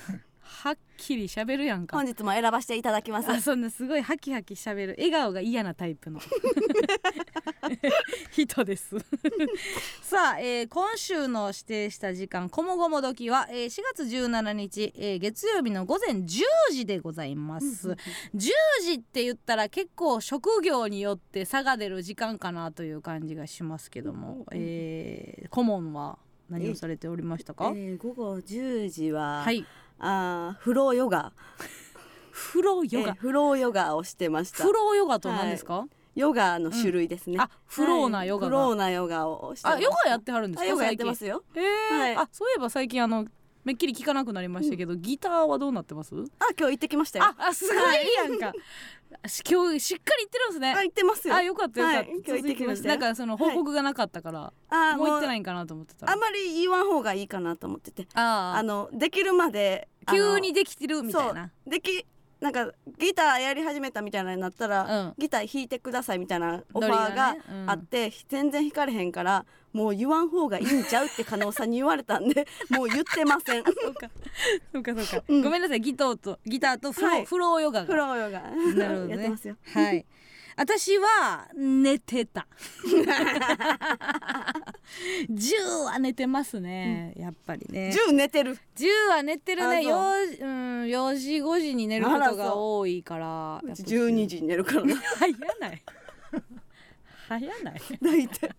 Speaker 2: はっきり喋るやんか
Speaker 1: 本日も選ばせていただきます
Speaker 2: あそんなすごいハキハキ喋る笑顔が嫌なタイプ の人ですさあ、えー今週の指定した時間「こもごも時は」えー4月17日、えー月曜日の午前10時でございます、10時って言ったら結構職業によって差が出る時間かなという感じがしますけども、
Speaker 1: うんうんうん
Speaker 2: えー顧問は何をされておりました
Speaker 1: え
Speaker 2: か、
Speaker 1: ー午後10時は、
Speaker 2: はい
Speaker 1: あーフローヨガ
Speaker 2: フローヨ
Speaker 1: えー
Speaker 2: ガ
Speaker 1: フローヨガをしてました
Speaker 2: フローヨガとは何ですか、
Speaker 1: ヨガの種類ですね、
Speaker 2: あフローなヨガ
Speaker 1: はい
Speaker 2: が、
Speaker 1: フローなヨガをしてま
Speaker 2: あ
Speaker 1: した
Speaker 2: ヨガやってはるんです
Speaker 1: あ
Speaker 2: か
Speaker 1: ヨガやってま
Speaker 2: 最
Speaker 1: すよ
Speaker 2: 近えー
Speaker 1: はい
Speaker 2: あそういえば最近あのめっきり聞かなくなりましたけど、ギターはどうなってます
Speaker 1: あ今日行ってきましたよ
Speaker 2: ああすごいやんかし今日しっかり言ってるんですね、
Speaker 1: あ行ってますよ
Speaker 2: あよかったよかった、
Speaker 1: はい今日行ってきました
Speaker 2: な
Speaker 1: よ
Speaker 2: んかその報告がなかったから、
Speaker 1: あ
Speaker 2: もう行ってないいんかなと思ってたら
Speaker 1: あんまり言わん方がいいかなと思ってて
Speaker 2: あ
Speaker 1: あのできるまで
Speaker 2: あ
Speaker 1: あの
Speaker 2: 急にできてるみたいな
Speaker 1: できなんかギターやり始めたみたいなのになったら、
Speaker 2: うん
Speaker 1: ギター弾いてくださいみたいなオ
Speaker 2: ノ
Speaker 1: フ
Speaker 2: リ
Speaker 1: ァーが
Speaker 2: ねうん
Speaker 1: あって、全然弾かれへんからもう言わん方がいいんちゃうって加納さんに言われたん でもう言ってませんフ
Speaker 2: そうかそうかそうか、
Speaker 1: うん
Speaker 2: ごめんなさいギターとギターとフロー、
Speaker 1: はい
Speaker 2: フローヨガが
Speaker 1: ローヨガ
Speaker 2: なるほどね
Speaker 1: やってますよ
Speaker 2: はい。私は寝 てた。十は寝てますね。やっぱりね。
Speaker 1: 10寝てる
Speaker 2: 十は寝てるね。
Speaker 1: あ
Speaker 2: 四時うん四時五時に寝るこ
Speaker 1: あら
Speaker 2: と
Speaker 1: そう
Speaker 2: が多いから。
Speaker 1: うち12時に寝るからね
Speaker 2: 早ない。早ない。
Speaker 1: 大 体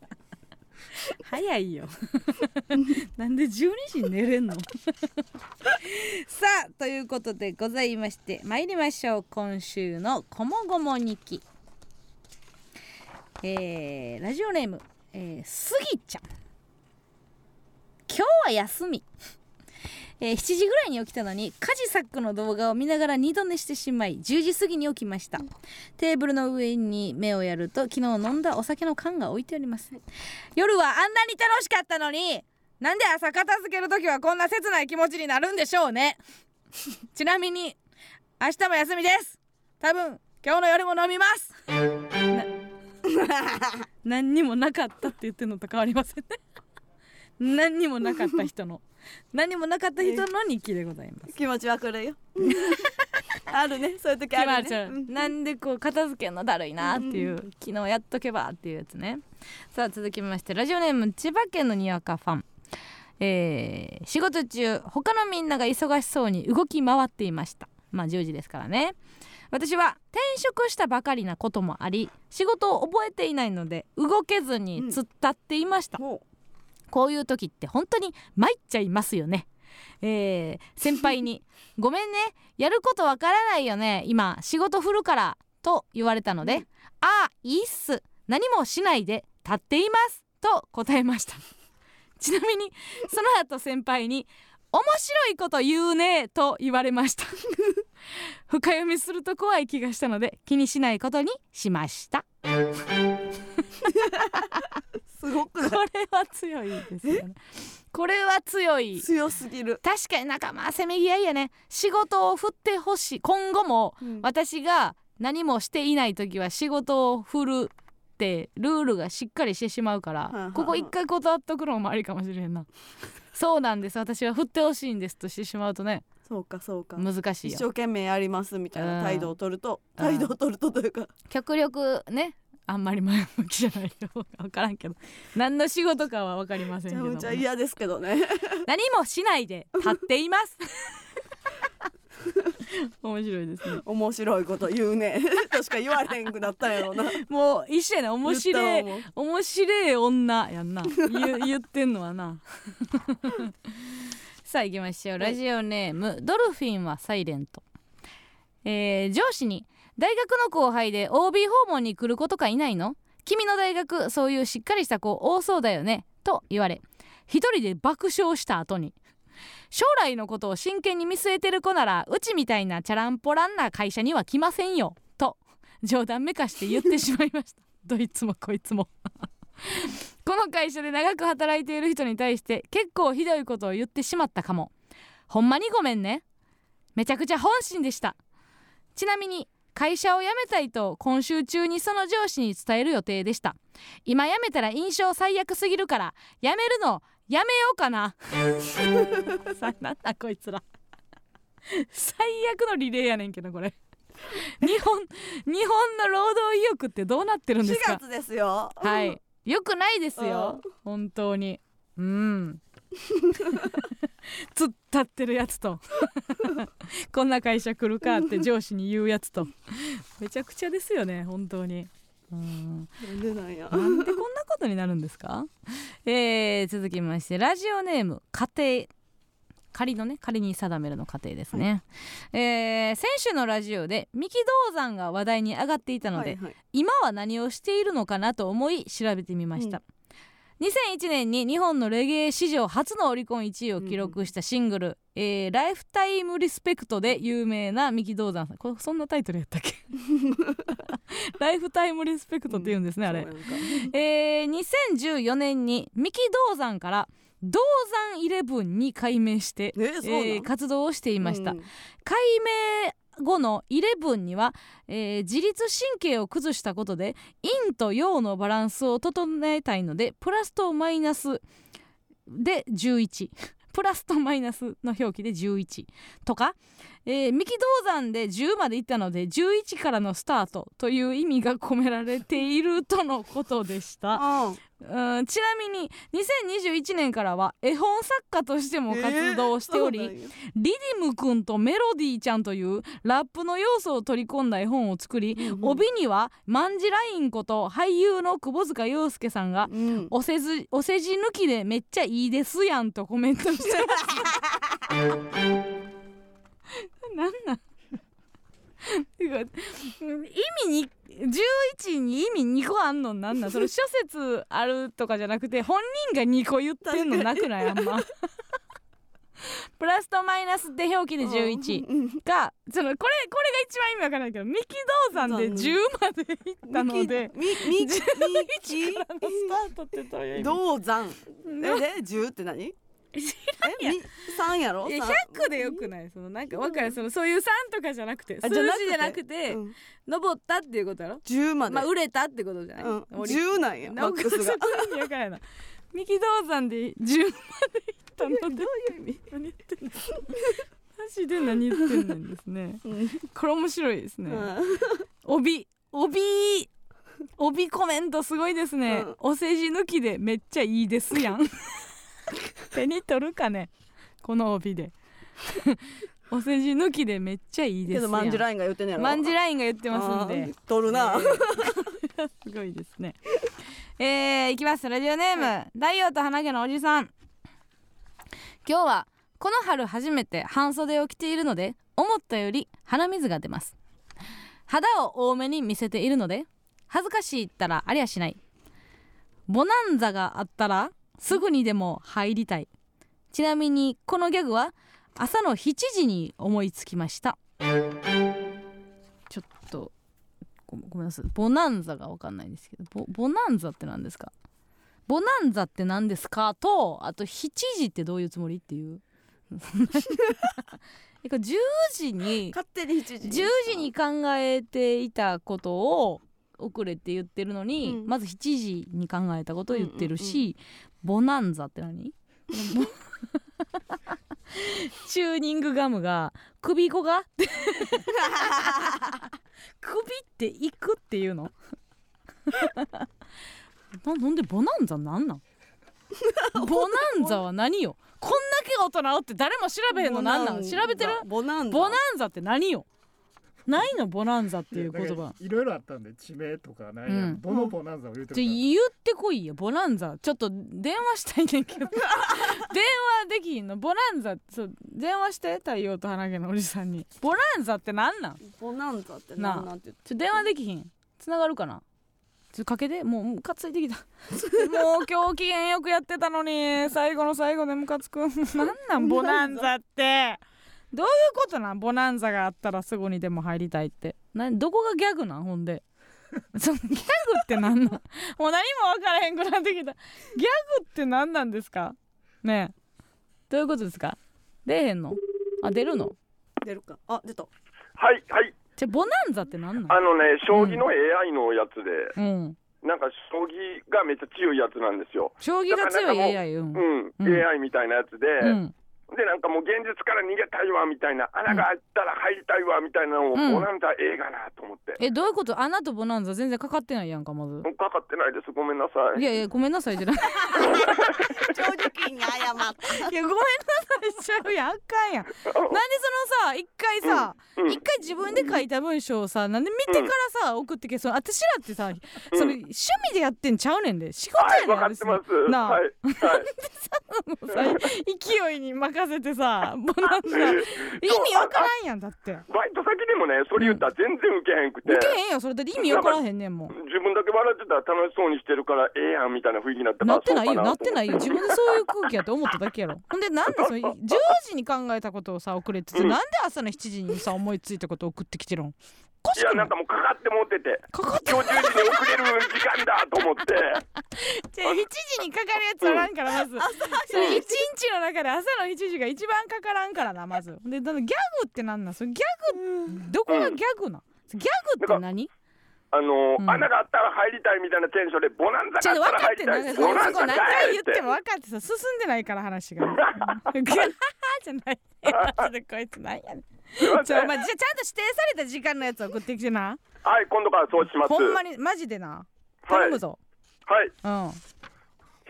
Speaker 2: 早いよ なんで12時に寝れんの さあということでございまして参りましょう今週の「こもごも日記」えーラジオネーム、えーすぎちゃん今日は休み、えー7時ぐらいに起きたのに家事サックの動画を見ながら二度寝してしまい10時過ぎに起きましたテーブルの上に目をやると昨日飲んだお酒の缶が置いてあります夜はあんなに楽しかったのになんで朝片付ける時はこんな切ない気持ちになるんでしょうね ちなみに明日も休みです多分今日の夜も飲みますな何にもなかったって言ってんのと変わりませんね何にもなかった人の何にもなかった人の日記でございます
Speaker 1: 気持ちわか るよあるねそういう時
Speaker 2: 決ま
Speaker 1: あ
Speaker 2: る
Speaker 1: る
Speaker 2: ち
Speaker 1: ね
Speaker 2: ゃう、なんでこう片付けんのだるいなっていう、昨日やっとけばっていうやつねさあ続きましてラジオネーム千葉県のにわかファンえー仕事中他のみんなが忙しそうに動き回っていましたまあ10時ですからね私は転職したばかりなこともあり仕事を覚えていないので動けずに突っ立っていました、こういう時って本当に参っちゃいますよね。えー先輩に「ごめんねやることわからないよね今仕事振るから」と言われたので「ああいいっす何もしないで立っています」と答えましたちなみにその後先輩に「面白いこと言うね」と言われました深読みすると怖い気がしたので気にしないことにしました
Speaker 1: すごく
Speaker 2: これは強いですよね これは強い
Speaker 1: 強すぎる、
Speaker 2: 確かになんかまあせめぎ合いやね仕事を振ってほしい今後も私が何もしていない時は仕事を振るってルールがしっかりしてしまうから、
Speaker 1: いはいはい
Speaker 2: ここ一回断っとくのもありかもしれんなそうなんです私は振ってほしいんですとしてしまうとね
Speaker 1: そうかそうか
Speaker 2: 難しい
Speaker 1: 一
Speaker 2: よ
Speaker 1: 生懸命やりますみたい
Speaker 2: うん
Speaker 1: な態度を取ると
Speaker 2: うん
Speaker 1: 態度を取るとというか
Speaker 2: 極力ねあんまり前向きじゃないと分からんけ ど何の仕事かは分かりませ
Speaker 1: めち
Speaker 2: んけ
Speaker 1: ゃ
Speaker 2: ども
Speaker 1: めちゃ
Speaker 2: ね
Speaker 1: 嫌ですけどね
Speaker 2: 何もしないで立っています 面白いですね
Speaker 1: 面白いこと言うね としか言われへんくなったんやろうな
Speaker 2: もう一緒やな面白い
Speaker 1: 言った
Speaker 2: 面白い女やんな言う言ってんのはな さあ行きましょうラジオネーム、ドルフィンはサイレント、えー上司に大学の後輩で OB 訪問に来る子とかいないの君の大学そういうしっかりした子多そうだよねと言われ一人で爆笑した後に将来のことを真剣に見据えてる子ならうちみたいなチャランポランな会社には来ませんよと冗談めかして言ってしまいましたどいつもこいつもこの会社で長く働いている人に対して結構ひどいことを言ってしまったかもほんまにごめんねめちゃくちゃ本心でしたちなみに会社を辞めたいと今週中にその上司に伝える予定でした今辞めたら印象最悪すぎるから辞めるのやめようかなさあなんだこいつら最悪のリレーやねんけどこれ日本日本の労働意欲ってどうなってるん
Speaker 1: 4
Speaker 2: ですか
Speaker 1: 月ですよ、
Speaker 2: は
Speaker 1: うん
Speaker 2: い良くないですよ本当にうん 突っ立ってるやつと こんな会社来るか って上司に言うやつとめちゃくちゃですよね本当にうん
Speaker 1: なんでなんや
Speaker 2: なんでこんなことになるんですかえー続きましてラジオネーム家庭仮のね仮に定めるの家庭ですね、えー先週のラジオで三木銅山が話題に上がっていたので、
Speaker 1: はいはい
Speaker 2: 今は何をしているのかなと思い調べてみました、2001年に日本のレゲエ史上初のオリコン1位を記録したシングル「えーライフタイムリスペクト」で有名な三木道山さんこれそんなタイトルやっ たっけライフタイムリスペクトって言うんですね、あれ
Speaker 1: そうなんか
Speaker 2: えー2014年に三木銅山から銅山イレブンに改名して、
Speaker 1: えそうなん
Speaker 2: えー活動をしていました、
Speaker 1: うん
Speaker 2: 改名後のイレブンには、えー自律神経を崩したことで陰と陽のバランスを整えたいのでプラスとマイナスで11 プラスとマイナスの表記で11とか、えー、三木銅山で10まで行ったので11からのスタートという意味が込められているとのことでした。
Speaker 1: あ
Speaker 2: うんちなみに2021年からは絵本作家としても活動しており、
Speaker 1: えーそうなんや
Speaker 2: リディム君とメロディーちゃんというラップの要素を取り込んだ絵本を作り、
Speaker 1: うんうん
Speaker 2: 帯にはマンジラインこと俳優の窪塚洋介さんが
Speaker 1: うん
Speaker 2: おせずお世辞抜きでめっちゃいいですやんとコメントしてます なんなん てか意味に11に意味2個あんのなんなんそれ諸説あるとかじゃなくて本人が2個言ってんのなくないあんま プラスとマイナスで表記で11
Speaker 1: うん
Speaker 2: がそのこれこれが一番意味わからないけど三木銅山で10までいったので
Speaker 1: みみみき
Speaker 2: あのスタートってどういう意味
Speaker 1: 銅山えで十って何？え
Speaker 2: らんや
Speaker 1: み三やろ？
Speaker 2: いや
Speaker 1: 三
Speaker 2: 100でよくないそのなんかわかるそのそういう3とかじゃなくて数
Speaker 1: あ
Speaker 2: 字
Speaker 1: じゃなくて
Speaker 2: じゃなくて
Speaker 1: うん
Speaker 2: 登ったっていうことやろ
Speaker 1: 十まで
Speaker 2: まあ。売れたってことじゃない
Speaker 1: うん
Speaker 2: 折り
Speaker 1: 十なんやマ
Speaker 2: なお
Speaker 1: ッ
Speaker 2: か
Speaker 1: ク
Speaker 2: つ
Speaker 1: スが。
Speaker 2: 意味わからんな三木銅山で10までいっ たのでどういう意味何言ってんの マジで何言ってんのんですね
Speaker 1: うん
Speaker 2: これ面白いですね、
Speaker 1: うん
Speaker 2: 帯帯帯コメントすごいですね、
Speaker 1: うん
Speaker 2: お世辞抜きでめっちゃいいですや ん手に取るかねこの帯で お世辞抜きでめっちゃいい
Speaker 1: け
Speaker 2: ですや
Speaker 1: ど
Speaker 2: ん
Speaker 1: マンジュラインが言ってんねやろ。
Speaker 2: マンジラインが言ってますん
Speaker 1: あ
Speaker 2: で
Speaker 1: ー取るな。
Speaker 2: すごいですねえー、いきますラジオネーム、太陽と花毛のおじさん今日はこの春初めて半袖を着ているので思ったより鼻水が出ます肌を多めに見せているので恥ずかしいったらありゃしないボナンザがあったらすぐにでも入りたいちなみにこのギャグは朝の7時に思いつきましたちょっとごごめんなさいボナンザがわかんないんですけどボボナンザって何ですかボナンザって何ですかとあと7時ってどういうつもりっていう えこれ10時に
Speaker 1: 勝手に一時。
Speaker 2: 10時に考えていたことを遅れて言ってるのに、
Speaker 1: うん
Speaker 2: まず7時に考えたことを言ってるし、ボナンザって何 ボチューニングガムが首子が 首っていくっていうの ななんでボナンザな んなんボナンザは何よこんだけ大人おって誰も調べへんのなんなん調べてる
Speaker 1: ボナンザ
Speaker 2: ボナンザって何よないのボナンザっていう言
Speaker 4: いやなん
Speaker 2: 葉
Speaker 4: かいろいろあったんで地名とかね、
Speaker 2: うん
Speaker 4: ボノボナンザを言うて
Speaker 2: ちょ
Speaker 4: る
Speaker 2: 言ってこいよボナンザちょっと電話したいね んけど電話できひんのボナンザそう電話して太陽と花毛のおじさんにボランザってなんなんち
Speaker 1: ボナンザってなんなんて言って。
Speaker 2: ょ電話できひんつながるかなちょかけてもうムカついてきた もう今日機嫌よくやってたのに最後の最後でムカつくなんなんボナンザってどういうことなんボナンザがあったらすぐにでも入りたいってなどこがギャグなんほんで そのギャグってなんなんもう何も分からへんくなってきたギャグって何なんですかねえどういうことですか出えへんのあ出るの
Speaker 1: 出るか。あ出た。
Speaker 5: はいはい
Speaker 2: じゃボナンザって何な
Speaker 5: あ
Speaker 2: ん
Speaker 5: のね将棋の AI のやつで、
Speaker 2: うん
Speaker 5: なんか将棋がめっちゃ強いやつなんですよ
Speaker 2: 将棋が強い
Speaker 5: だからなんかもう
Speaker 2: AI うん
Speaker 5: うん、
Speaker 2: うん
Speaker 5: AI みたいなやつで、
Speaker 2: うん
Speaker 5: でなんかもう現実から逃げたいわみたいな穴があったら入りたいわみたいなのを、
Speaker 2: うん
Speaker 5: ボナンザ映画なと思って、
Speaker 2: えどういうこと穴とボナンザ全然かかってないやんかまず
Speaker 5: もうかかってないですごめんなさい
Speaker 2: いやいやごめんなさい じゃない
Speaker 1: 正直に謝った。
Speaker 2: いやごめんなさいちゃうやんあかんやんなんでそのさ一回さ、
Speaker 5: うん
Speaker 2: 一回自分で書いた文章をさなんで見てからさ、送ってけその私らってさ、その趣味でやってんちゃうねんで仕事
Speaker 5: は
Speaker 2: や
Speaker 5: い分
Speaker 2: ね
Speaker 5: か
Speaker 2: ん
Speaker 5: っ
Speaker 2: 別
Speaker 5: て
Speaker 2: に
Speaker 5: ます
Speaker 2: なあ、
Speaker 5: はいはい
Speaker 2: もうさ勢いに任せてさボナン ザ意味わからんやんだって
Speaker 5: バイト先でもねそれ言ったら全然ウケへんくて、
Speaker 2: 受けへんよそれだって意味わからへんねんもん
Speaker 5: 自分だけ笑ってたら楽しそうにしてるからええやんみたいな雰囲気になったか
Speaker 2: な
Speaker 5: ら
Speaker 2: ってないよ
Speaker 5: そうか
Speaker 2: なってないよ自
Speaker 5: と
Speaker 2: 分でそういう空気やと思っただけやろ ほんでなんで それ10時に考えたことをさ遅れつつ、
Speaker 5: うん
Speaker 2: なんで朝の7時にさ思いついたことを送ってきてるのおか
Speaker 5: い
Speaker 2: し
Speaker 5: や
Speaker 2: くな
Speaker 5: な
Speaker 2: い
Speaker 5: んかもうかかって持ってて
Speaker 2: かかって
Speaker 5: 今日10時に遅れる時間だと 思って
Speaker 2: じゃあ7時にかかるやつおらんからまず、それ一日の中で朝の7時が一番かからんからなまずでだってギャグってなんなんそれギャグどこがギャグなんギャグって何
Speaker 5: あの、
Speaker 2: うん
Speaker 5: 穴があったら入りたいみたいなテンションでボナンザ
Speaker 2: ちょっと
Speaker 5: があ
Speaker 2: 分かっ
Speaker 5: った
Speaker 2: て
Speaker 5: ら入
Speaker 2: なん
Speaker 5: りたい
Speaker 2: かそ
Speaker 5: ボナ
Speaker 2: そ
Speaker 5: ン
Speaker 2: こ
Speaker 5: ザ
Speaker 2: 何
Speaker 5: か
Speaker 2: 回
Speaker 5: い
Speaker 2: 言っても分かってさ進んでないから話がギャーじゃないマジでこいつなんやねん
Speaker 5: すいま
Speaker 2: ち
Speaker 5: せ
Speaker 2: ょ
Speaker 5: ん
Speaker 2: お前じゃあちゃんと指定された時間のやつ送ってきてな
Speaker 5: はい今度からそうします
Speaker 2: ほんまにマジでな頼むぞ、
Speaker 5: はい
Speaker 2: うん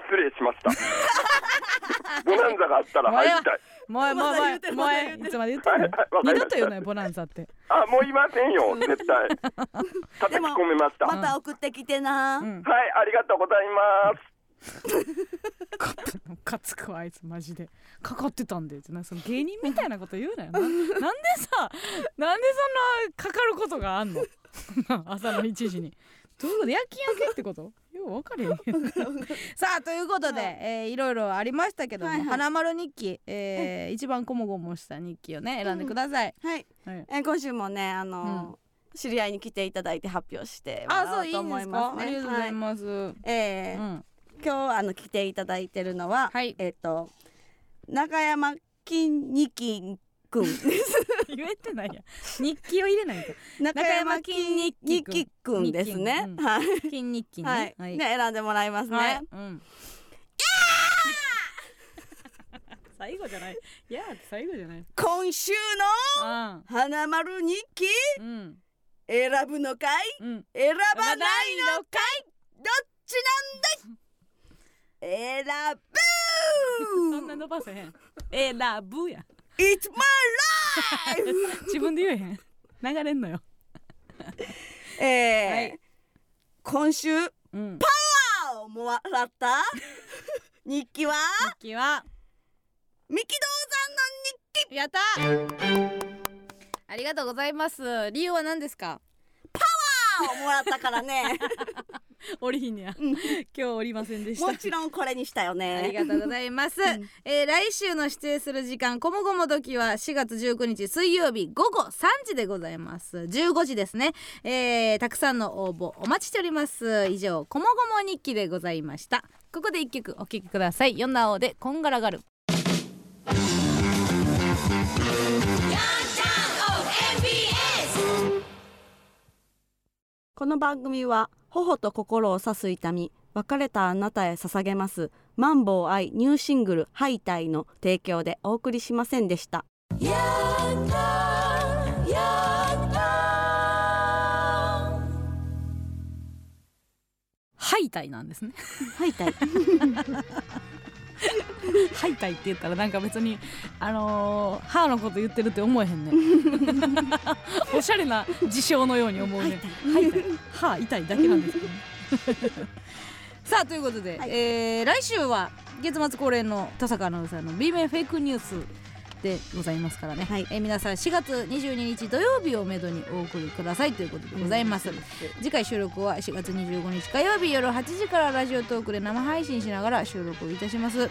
Speaker 5: 失礼し ましたボナンザがあったら入りたい
Speaker 2: もうえもう
Speaker 1: まだ言うて
Speaker 2: え
Speaker 1: る
Speaker 2: もう
Speaker 1: まだ言
Speaker 2: え
Speaker 1: うてる
Speaker 2: いつまで言ってん
Speaker 5: は
Speaker 2: の
Speaker 5: いはい
Speaker 2: 二
Speaker 5: わかりました
Speaker 2: 度と言うなよボナンザって
Speaker 5: あもういませんよ 絶対叩き込めました、
Speaker 1: また送ってきてな。
Speaker 2: うん
Speaker 5: はいありがとうございます
Speaker 2: ムカつくわあいつマジでかかってたんでってなその芸人みたいなこと言うなよななんでさなんでそんなかかることがあんの 朝の1時にどういうこと夜勤明けってことよう分かれへんさあということで、
Speaker 1: はい
Speaker 2: いえーいろいろありましたけども、
Speaker 1: はいはい
Speaker 2: 花丸日記、えー一番こもごもした日記をね選んでください、
Speaker 1: はい。
Speaker 2: はい
Speaker 1: えー今週もねあのー知り合いに来ていただいて発表しても
Speaker 2: あ
Speaker 1: らお
Speaker 2: そう
Speaker 1: う
Speaker 2: いい
Speaker 1: と
Speaker 2: んで
Speaker 1: 思い
Speaker 2: すか、
Speaker 1: ます
Speaker 2: あり
Speaker 1: ね。
Speaker 2: がとうござい
Speaker 1: はい
Speaker 2: ます、
Speaker 1: え
Speaker 2: う
Speaker 1: ー
Speaker 2: ん
Speaker 1: 今日あの来ていただいてるのは、
Speaker 2: はい
Speaker 1: えっ、と中山筋肉く ん
Speaker 2: 言えてないや日記を入れないと
Speaker 1: 中山筋肉くんですね
Speaker 2: 筋肉。
Speaker 1: はい。
Speaker 2: 筋日記ね
Speaker 1: はい、ね選んでもらいますね。
Speaker 2: はい、うん。 最後じゃない。いやーって最後じゃない。
Speaker 1: 今週の花丸日記
Speaker 2: うん。うん。
Speaker 1: 選ぶのかい
Speaker 2: うん。
Speaker 1: 選ばない
Speaker 2: まだないの
Speaker 1: のかいどっちなんだい
Speaker 2: そ
Speaker 1: 選
Speaker 2: んな
Speaker 1: ぶ
Speaker 2: 伸ばせへん。えラブやん。
Speaker 1: It's my life!
Speaker 2: 自分で言えへん。流れんのよ。
Speaker 1: えー
Speaker 2: はい
Speaker 1: 今週パ
Speaker 2: うん。
Speaker 1: ワーをもらった 日記は
Speaker 2: 日記は。
Speaker 1: 三木
Speaker 2: やった。ありがとうございます。理由は何ですか。
Speaker 1: 道山の日記をもらったからね
Speaker 2: おりひんねや。 今日おりません でした。
Speaker 1: もちろんこれにしたよ
Speaker 2: あり
Speaker 1: ね
Speaker 2: がとうございます。えー来週の指定する時間、こもごも時は4月19日水曜日午後3時でございます。15時ですね。えーたくさんの応募お待ちしております。以上、こもごも日記でございました。ここで一曲お聴きください。四な青でこんがらがる。
Speaker 1: この番組は頬と心を刺す痛み別れたあなたへ捧げますマンボウ愛ニューシングルハイタイの提供でお送りしませんでした
Speaker 2: ハイタイなんですね。
Speaker 1: ハイタ イ
Speaker 2: ハイタイって言ったらなんか別にあのー、歯のこと言ってるって思えへんね。 おしゃれな事象のように思うね。歯痛い。歯痛いだけなんですけどね。 さあということで、
Speaker 1: はい
Speaker 2: えー来週は月末恒例の登坂アナウンサーの B 面フェイクニュースでございますからね、
Speaker 1: はい
Speaker 2: えー皆さん4月22日土曜日をめどにお送りくださいということでございます、次回収録は4月25日火曜日夜8時からラジオトークで生配信しながら収録をいたします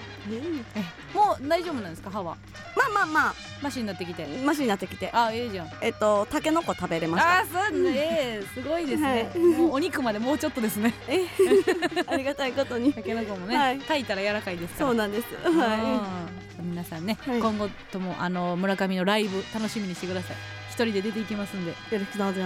Speaker 2: もう大丈夫なんですか歯は
Speaker 1: まあまあまあ
Speaker 2: マシになってきて
Speaker 1: マシになってきて
Speaker 2: あええじゃん
Speaker 1: えっとタケノコ食べれました
Speaker 2: あーそうね、ええすごいですね、
Speaker 1: はい
Speaker 2: もうお肉までもうちょっとです ね
Speaker 1: え ありがたいこと に
Speaker 2: たけのこもね、
Speaker 1: はい
Speaker 2: 炊いたら柔らかいですから
Speaker 1: そうなんですは
Speaker 2: うん皆さんね、
Speaker 1: はい
Speaker 2: 今後ともあの村上のライブ楽しみにしてください一人で出ていきますんで
Speaker 1: いよろしくどうぞ